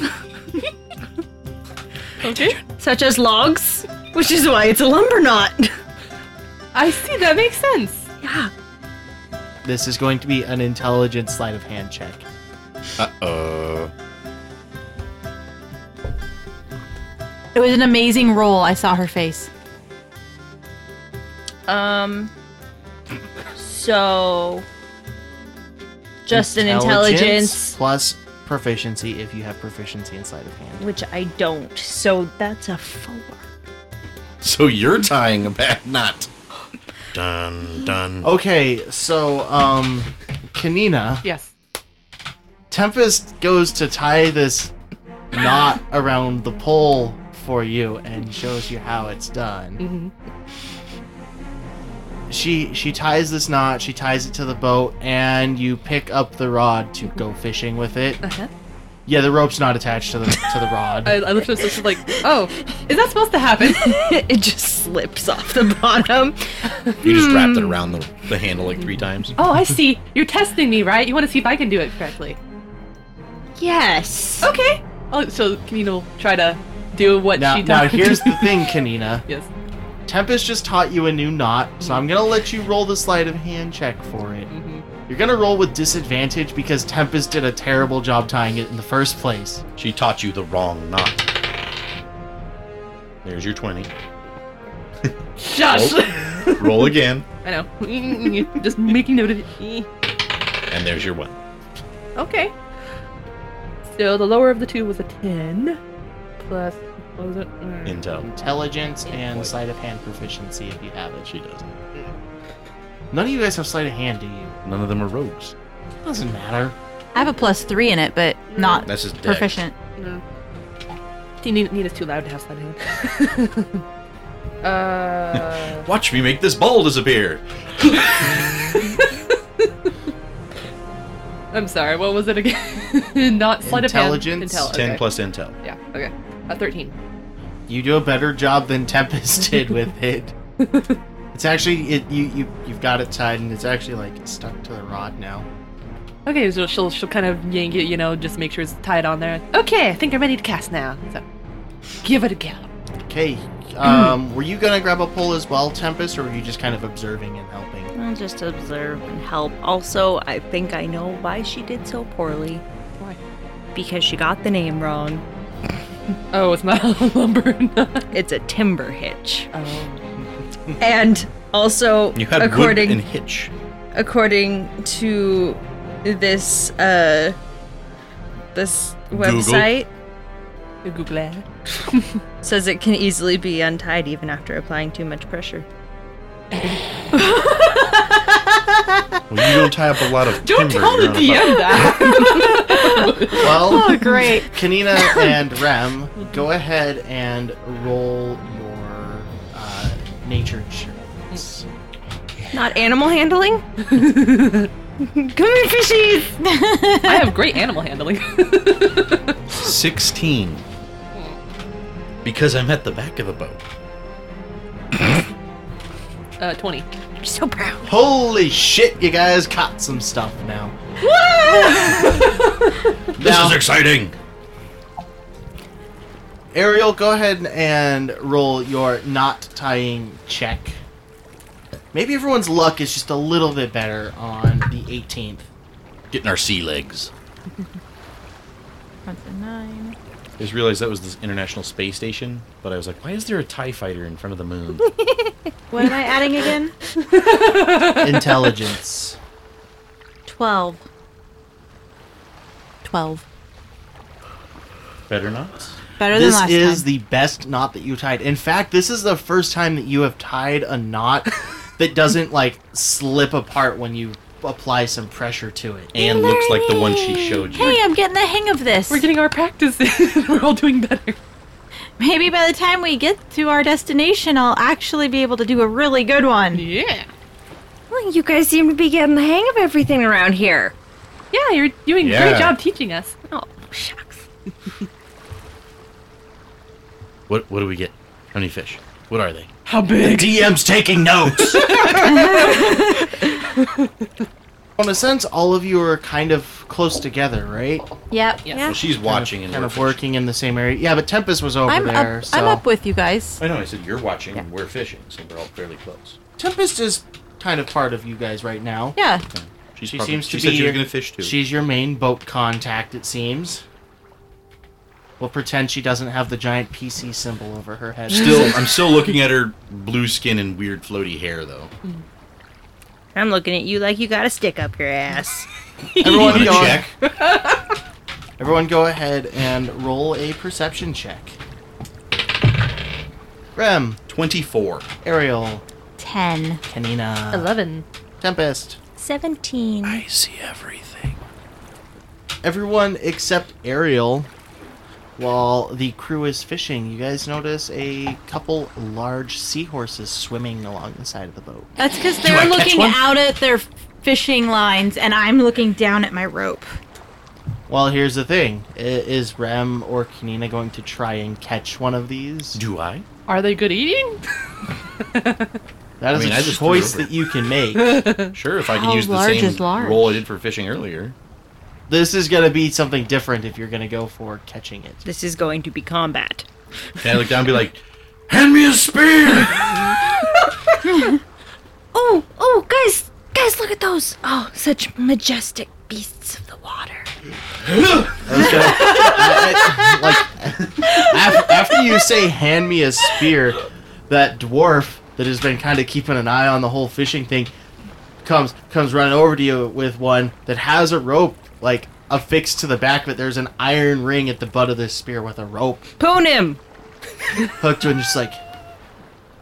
Speaker 4: Okay.
Speaker 8: such as logs, which is why it's a lumber knot.
Speaker 4: I see. That makes sense.
Speaker 8: yeah.
Speaker 1: This is going to be an intelligent sleight of hand check.
Speaker 7: Uh oh.
Speaker 2: It was an amazing roll. I saw her face.
Speaker 5: Um. So. Just an
Speaker 1: Intelligence
Speaker 5: intelligence,
Speaker 1: plus proficiency if you have proficiency in sleight of hand.
Speaker 5: which I don't. So that's a four.
Speaker 3: So you're tying a bad knot. Dun dun.
Speaker 1: Okay, so um, Kanina,
Speaker 4: Yes.
Speaker 1: Tempest goes to tie this knot around the pole for you and shows you how it's done.
Speaker 4: Mhm.
Speaker 1: She she ties this knot, she ties it to the boat, and you pick up the rod to go fishing with it.
Speaker 4: Uh-huh.
Speaker 1: Yeah, the rope's not attached to the to the rod.
Speaker 4: I, I looked at this like, oh, is that supposed to happen?
Speaker 5: it just slips off the bottom.
Speaker 7: You just wrapped it around the, the handle like three times.
Speaker 4: oh, I see. You're testing me, right? You want to see if I can do it correctly.
Speaker 5: Yes.
Speaker 4: Okay. Oh, so Kanina will try to do what
Speaker 1: now,
Speaker 4: she
Speaker 1: now
Speaker 4: does.
Speaker 1: here's the thing, Kanina.
Speaker 4: yes.
Speaker 1: Tempest just taught you a new knot, so I'm gonna let you roll the sleight of hand check for it.
Speaker 4: Mhm.
Speaker 1: You're gonna roll with disadvantage because Tempest did a terrible job tying it in the first place.
Speaker 7: She taught you the wrong knot. There's your 20.
Speaker 4: Shush.
Speaker 1: Oh.
Speaker 7: Roll again.
Speaker 4: I know. Just making note of it.
Speaker 7: And there's your one.
Speaker 4: Okay. So the lower of the two was a 10. Plus, what was it? Mm.
Speaker 7: Intel.
Speaker 1: Intelligence and sleight of hand proficiency if you have it.
Speaker 7: She doesn't.
Speaker 1: None of you guys have sleight of hand, do you?
Speaker 7: None of them are rogues.
Speaker 1: Doesn't matter.
Speaker 2: I have a plus three in it, but not
Speaker 7: That's his deck.
Speaker 2: proficient.
Speaker 4: Do you Mm. need, need us too loud to have sleight of hand? uh,
Speaker 7: Watch me make this ball disappear.
Speaker 4: I'm sorry. What was it again? Not sleight of hand.
Speaker 1: Intelligence,
Speaker 4: Intel, okay.
Speaker 7: 10 plus intel.
Speaker 4: Yeah. Okay. A 13.
Speaker 1: You do a better job than Tempest did with it. It's actually it you, you you've got it tied and it's actually like stuck to the rod now.
Speaker 4: Okay, so she'll she'll kind of yank it, you know, just make sure it's tied on there. Okay, I think I'm ready to cast now. So, give it a go.
Speaker 1: Okay. Um, were you gonna grab a pole as well, Tempest, or were you just kind of observing and helping?
Speaker 5: I'll just observe and help. Also, I think I know why she did so poorly.
Speaker 4: Why?
Speaker 5: Because she got the name wrong.
Speaker 4: Oh, it's not a lumber nut.
Speaker 5: It's a timber hitch.
Speaker 4: Oh.
Speaker 5: And also,
Speaker 7: You had
Speaker 5: according
Speaker 7: wood and hitch.
Speaker 5: according to this uh this
Speaker 7: Google.
Speaker 5: website
Speaker 4: You Google it.
Speaker 5: says it can easily be untied even after applying too much pressure.
Speaker 7: Well, you don't tie up a lot of
Speaker 4: Don't
Speaker 7: timber.
Speaker 4: tell the
Speaker 7: You're on a boat.
Speaker 4: DM that.
Speaker 1: Well,
Speaker 2: great.
Speaker 1: Kanina and Rem, go ahead and roll your uh, nature insurance.
Speaker 5: Not animal handling? Come here, fishies!
Speaker 4: I have great animal handling.
Speaker 7: 16. Because I'm at the back of the boat.
Speaker 4: uh, 20.
Speaker 5: I'm so proud.
Speaker 1: Holy shit, you guys caught some stuff now.
Speaker 7: This
Speaker 1: Now-
Speaker 7: is exciting.
Speaker 1: Ariel, go ahead and roll your knot tying check. Maybe everyone's luck is just a little bit better on the 18th.
Speaker 7: Getting our sea legs.
Speaker 2: That's a nine.
Speaker 7: I just realized that was the International Space Station, but I was like, why is there a TIE fighter in front of the moon?
Speaker 2: What am I adding again?
Speaker 1: Intelligence.
Speaker 2: 12. 12.
Speaker 7: Better not.
Speaker 2: Better than
Speaker 1: this
Speaker 2: last
Speaker 1: is
Speaker 2: time.
Speaker 1: the best knot that you tied. In fact, this is the first time that you have tied a knot that doesn't like slip apart when you apply some pressure to it.
Speaker 7: And looks like the one she showed you.
Speaker 2: Hey, I'm getting the hang of this.
Speaker 4: We're getting our practice in. We're all doing better.
Speaker 2: Maybe by the time we get to our destination, I'll actually be able to do a really good one.
Speaker 4: Yeah.
Speaker 5: Well, you guys seem to be getting the hang of everything around here.
Speaker 4: Yeah, you're doing a
Speaker 7: Yeah.
Speaker 4: great job teaching us.
Speaker 8: Oh, shucks.
Speaker 3: What what do we get? How many fish? What are they?
Speaker 7: How big?
Speaker 3: DM's taking notes.
Speaker 1: In a sense, all of you are kind of close together, right?
Speaker 2: Yep.
Speaker 3: well, she's watching and
Speaker 1: Kind of
Speaker 3: we're fishing.
Speaker 1: working in the same area. Yeah, but Tempest was over
Speaker 9: I'm
Speaker 1: there.
Speaker 9: up.
Speaker 1: so
Speaker 9: I'm up with you guys.
Speaker 3: I know. I said you're watching and we're fishing, so we're all fairly close.
Speaker 1: Tempest is kind of part of you guys right now.
Speaker 9: Yeah.
Speaker 3: She's
Speaker 1: She
Speaker 3: probably-
Speaker 1: seems to
Speaker 3: she said
Speaker 1: be
Speaker 3: she was
Speaker 1: your-
Speaker 3: gonna fish too.
Speaker 1: She's your main boat contact, it seems. We'll pretend she doesn't have the giant PC symbol over her head.
Speaker 3: still, I'm still looking at her blue skin and weird floaty hair though.
Speaker 5: I'm looking at you like you got a stick up your ass.
Speaker 1: everyone
Speaker 3: Wanna
Speaker 1: go,
Speaker 3: check?
Speaker 1: everyone go ahead and roll a perception check. Rem,
Speaker 3: Twenty-four.
Speaker 1: Ariel,
Speaker 2: 10.
Speaker 1: Kanina,
Speaker 4: Eleven.
Speaker 1: Tempest.
Speaker 5: 17.
Speaker 7: see everything.
Speaker 1: Everyone except Ariel. While the crew is fishing, you guys notice a couple large seahorses swimming along the side of the boat.
Speaker 2: That's because
Speaker 3: I
Speaker 2: they're
Speaker 3: catch
Speaker 2: looking
Speaker 3: one?
Speaker 2: out at their fishing lines and I'm looking down at my rope.
Speaker 1: Well, here's the thing: I- is Rem or Kanina going to try and catch one of these?
Speaker 3: Do I?
Speaker 4: Are they good eating?
Speaker 1: That is
Speaker 3: I mean, I
Speaker 1: a
Speaker 3: just threw
Speaker 1: choice
Speaker 3: over.
Speaker 1: that you can make.
Speaker 3: Sure, if I can
Speaker 2: How
Speaker 3: use the
Speaker 2: large
Speaker 3: same
Speaker 2: is large?
Speaker 3: roll I did for fishing earlier.
Speaker 1: this is gonna be something different if you're gonna go for catching it.
Speaker 5: This is going to be combat.
Speaker 3: Can I look down and be like, hand me a spear?
Speaker 8: Oh, oh, guys, guys, look at those. Oh, such majestic beasts of the water.
Speaker 1: I was gonna- I- I- like af- after you say, "Hand me a spear," that dwarf that has been kind of keeping an eye on the whole fishing thing comes comes running over to you with one that has a rope like affixed to the back of it. There's an iron ring at the butt of this spear with a rope.
Speaker 5: Poon him!
Speaker 1: hooked to it and just like,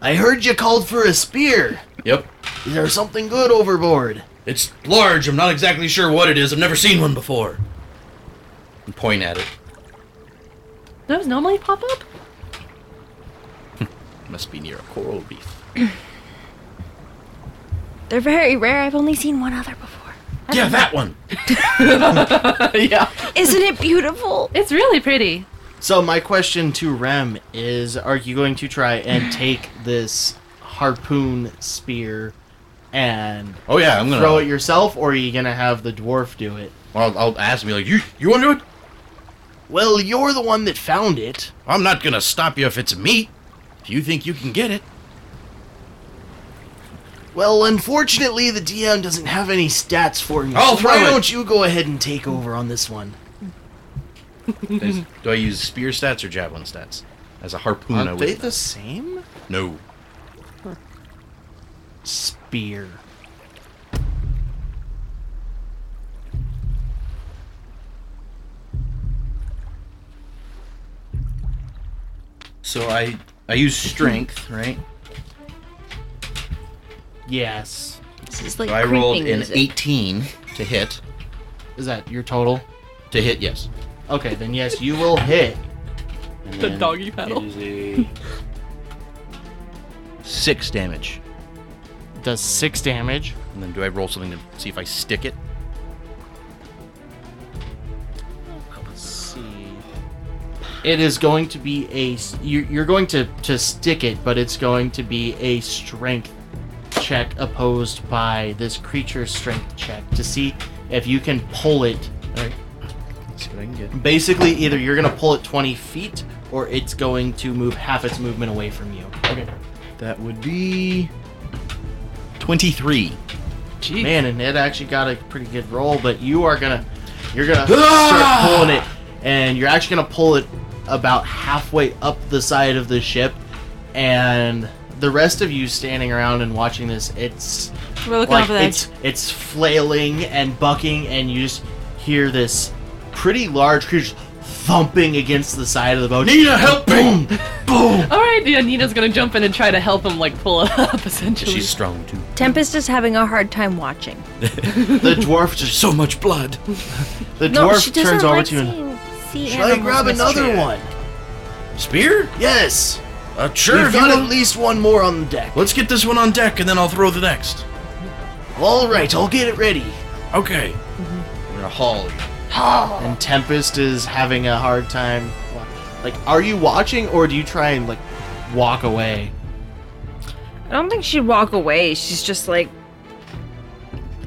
Speaker 1: I heard you called for a spear.
Speaker 3: yep.
Speaker 1: Is there something good overboard?
Speaker 3: It's large. I'm not exactly sure what it is. I've never seen one before. And Point at it.
Speaker 4: Those normally pop up.
Speaker 3: Must be near a coral reef.
Speaker 8: They're very rare. I've only seen one other before.
Speaker 3: Yeah, that one.
Speaker 4: yeah.
Speaker 8: Isn't it beautiful?
Speaker 4: It's really pretty.
Speaker 1: So my question to Rem is: Are you going to try and take this harpoon spear and
Speaker 3: Oh yeah, I'm gonna
Speaker 1: throw it yourself, or are you gonna have the dwarf do it?
Speaker 3: I'll, I'll ask me like, you you want to do it?
Speaker 1: Well, you're the one that found it.
Speaker 3: I'm not gonna stop you if it's me. If you think you can get it,
Speaker 1: Well, unfortunately, the DM doesn't have any stats for you.
Speaker 3: I'll
Speaker 1: so
Speaker 3: throw
Speaker 1: why
Speaker 3: it.
Speaker 1: don't you go ahead and take over on this one?
Speaker 3: Is- do I use spear stats or javelin stats? As a harpoon, I
Speaker 1: Aren't they
Speaker 3: would.
Speaker 1: the same?
Speaker 3: no.
Speaker 1: Spear.
Speaker 3: So I I use strength, right?
Speaker 1: Yes.
Speaker 5: This is like
Speaker 3: So I rolled
Speaker 5: creeping
Speaker 3: an
Speaker 5: music.
Speaker 3: 18 to hit.
Speaker 1: Is that your total?
Speaker 3: To hit, yes.
Speaker 1: Okay, then yes, you will hit.
Speaker 4: The doggy paddle.
Speaker 3: Six damage.
Speaker 1: Does six damage.
Speaker 3: And then do I roll something to see if I stick it?
Speaker 1: Let's see. It is going to be a. s- You're, you're going to to stick it, but it's going to be a strength check opposed by this creature's strength check to see if you can pull it.
Speaker 3: Alright. See what I can get.
Speaker 1: Basically, either you're going to pull it 20 feet, or it's going to move half its movement away from you.
Speaker 3: Okay. That would be 23.
Speaker 1: Man, and it actually got a pretty good roll, but you are gonna, you're gonna
Speaker 3: Ah!
Speaker 1: start pulling it, and you're actually gonna pull it about halfway up the side of the ship, and the rest of you standing around and watching this, it's
Speaker 9: We're looking
Speaker 1: like
Speaker 9: over there.
Speaker 1: it's it's flailing and bucking, and you just hear this pretty large creature thumping against the side of the boat. Nina, help boom, boom.
Speaker 4: All right, yeah, Nina's gonna jump in and try to help him, like pull it up, essentially.
Speaker 3: She's strong too.
Speaker 8: Tempest is having a hard time watching.
Speaker 1: The dwarf just
Speaker 3: So much blood.
Speaker 1: the
Speaker 8: No,
Speaker 1: dwarf
Speaker 8: she doesn't
Speaker 1: turns over
Speaker 8: like
Speaker 1: to you. and,
Speaker 8: seeing sea
Speaker 1: Should I
Speaker 8: animals
Speaker 1: grab another
Speaker 8: mistreated."
Speaker 1: one?
Speaker 3: Spear?
Speaker 1: Yes.
Speaker 3: Uh, sure.
Speaker 1: We've
Speaker 3: if you
Speaker 1: got at
Speaker 3: want-
Speaker 1: least one more on the deck.
Speaker 3: Let's get this one on deck and then I'll throw the next.
Speaker 1: All right, I'll get it ready.
Speaker 3: Okay.
Speaker 1: gonna haul you.
Speaker 2: Oh.
Speaker 1: And Tempest is having a hard time. Like, are you watching or do you try and like walk away?
Speaker 5: I don't think she'd walk away. She's just like,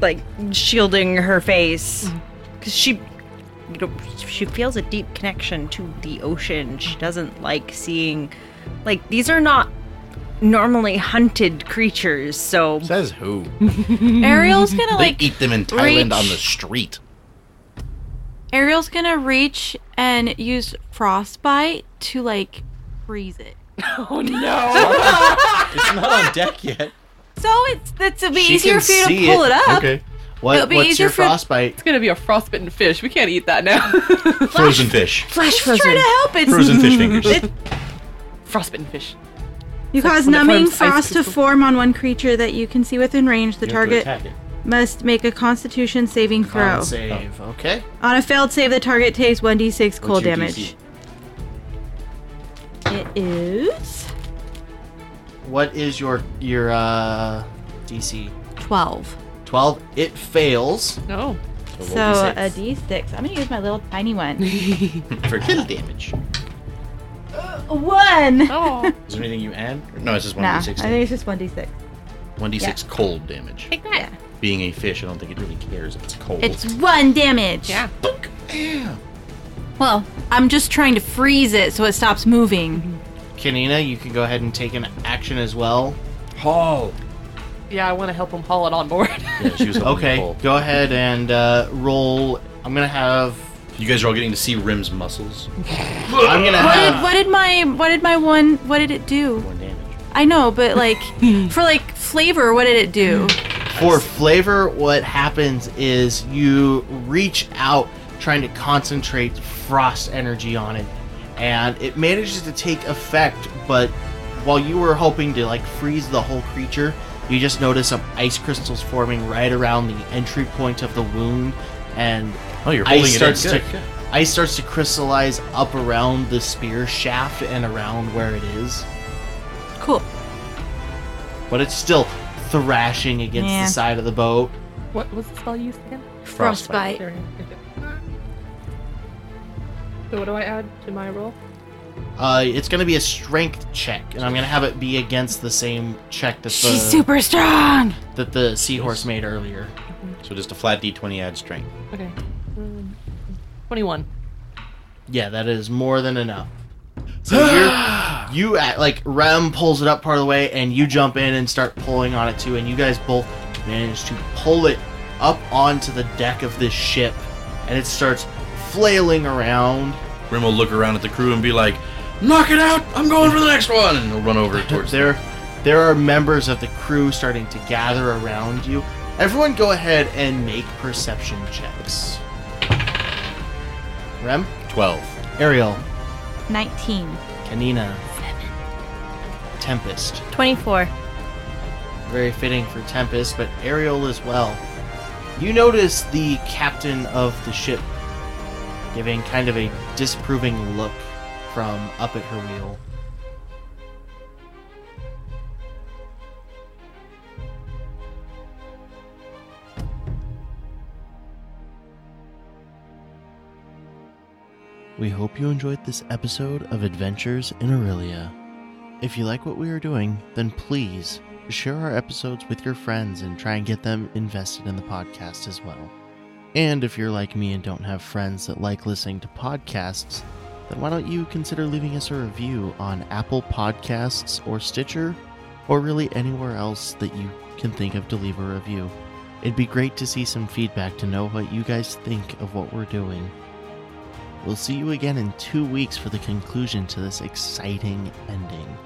Speaker 5: like shielding her face,
Speaker 1: Mm.
Speaker 5: because she, you know, she feels a deep connection to the ocean. She doesn't like seeing, like these are not normally hunted creatures. So
Speaker 3: Says who?
Speaker 2: Ariel's gonna
Speaker 3: They
Speaker 2: like
Speaker 3: eat them in Thailand on the
Speaker 2: reach-
Speaker 3: street.
Speaker 2: Ariel's gonna reach and use frostbite to like freeze it.
Speaker 4: Oh,
Speaker 7: It's not on deck yet.
Speaker 2: So it's that's it'll be
Speaker 1: She
Speaker 2: easier
Speaker 1: can
Speaker 2: for you to
Speaker 1: see
Speaker 2: pull it, up.
Speaker 7: Okay.
Speaker 1: What,
Speaker 2: It'll be
Speaker 1: what's
Speaker 2: easier
Speaker 1: your
Speaker 2: for-
Speaker 1: frostbite?
Speaker 6: It's gonna be a frostbitten fish. We can't eat that now.
Speaker 7: Frozen fish.
Speaker 5: flash
Speaker 2: Just try to help it.
Speaker 7: Frozen fish fingers.
Speaker 6: frostbitten fish.
Speaker 2: You
Speaker 6: when
Speaker 2: cause
Speaker 6: the
Speaker 2: numbing
Speaker 6: firm's ice
Speaker 2: frost to
Speaker 6: crystal-
Speaker 2: form on one creature that you can see within range. The
Speaker 7: You have to
Speaker 2: target
Speaker 7: attack it.
Speaker 2: must make a Constitution saving throw.
Speaker 1: Con Save. Okay.
Speaker 2: On a failed save, the target takes 1d6
Speaker 7: What's
Speaker 2: cold
Speaker 7: your
Speaker 2: damage.
Speaker 7: DC?
Speaker 2: It is
Speaker 1: What is your your uh, DC?
Speaker 2: 12.
Speaker 1: Twelve. It fails.
Speaker 6: No.
Speaker 2: So a d6. I'm gonna use my little tiny one.
Speaker 3: For kill damage.
Speaker 2: A one.
Speaker 6: Oh.
Speaker 7: Is there anything you add?
Speaker 3: No, it's just
Speaker 2: Nah, I
Speaker 3: 1d6.
Speaker 2: think it's just 1d6.
Speaker 3: One d six cold damage.
Speaker 2: Take that.
Speaker 3: Being a fish, I don't think it really cares if it's cold.
Speaker 2: It's one damage.
Speaker 6: Yeah.
Speaker 2: Well, I'm just trying to freeze it so it stops moving.
Speaker 1: Kanina, you can go ahead and take an action as well.
Speaker 7: Haul.
Speaker 6: yeah, I want to help him haul it on board.
Speaker 3: yeah, she was hoping to
Speaker 1: Okay.
Speaker 3: pull.
Speaker 1: Go ahead and uh, roll. I'm gonna have.
Speaker 3: You guys are all getting to see Rim's muscles.
Speaker 1: I'm gonna
Speaker 2: What did
Speaker 1: have.
Speaker 2: what did my what did my one what did it do?
Speaker 3: One damage.
Speaker 2: I know, but like for like flavor, what did it do?
Speaker 1: For flavor, what happens is you reach out trying to concentrate frost energy on it, and it manages to take effect. But while you were hoping to like freeze the whole creature, you just notice some ice crystals forming right around the entry point of the wound, and
Speaker 3: Oh, you're holding
Speaker 1: ice
Speaker 3: it in.
Speaker 1: starts to
Speaker 3: Good, good.
Speaker 1: ice starts to crystallize up around the spear shaft and around where it is.
Speaker 2: Cool.
Speaker 1: but it's still thrashing against
Speaker 2: Yeah.
Speaker 1: the side of the boat.
Speaker 6: what was the spell used again?
Speaker 2: Frostbite.
Speaker 6: So what do I add to my roll?
Speaker 1: Uh, it's going to be a strength check, and I'm going to have it be against the same check that
Speaker 2: She's
Speaker 1: the,
Speaker 2: super strong.
Speaker 1: that the seahorse made earlier.
Speaker 3: So just a flat d20 add strength.
Speaker 6: Okay. Um, Twenty-one.
Speaker 1: Yeah, that is more than enough. So you're, you at, like Rem pulls it up part of the way, and you jump in and start pulling on it too, and you guys both manage to pull it up onto the deck of this ship, and it starts flailing around.
Speaker 3: Rim will look around at the crew and be like, "Knock it out! I'm going for the next one!" And he'll run over towards
Speaker 1: There, there are members of the crew starting to gather around you. Everyone, go ahead and make perception checks. Rem,
Speaker 3: twelve.
Speaker 1: Ariel,
Speaker 2: 19.
Speaker 1: Kanina, Tempest.
Speaker 5: 24.
Speaker 1: Very fitting for Tempest, but Ariel as well. You notice the captain of the ship giving kind of a disapproving look from up at her wheel. We hope you enjoyed this episode of Adventures in Aurelia. If you like what we are doing, then please share our episodes with your friends and try and get them invested in the podcast as well. And if you're like me and don't have friends that like listening to podcasts, then why don't you consider leaving us a review on Apple Podcasts or Stitcher or really anywhere else that you can think of to leave a review? It'd be great to see some feedback to know what you guys think of what we're doing. We'll see you again in two weeks for the conclusion to this exciting ending.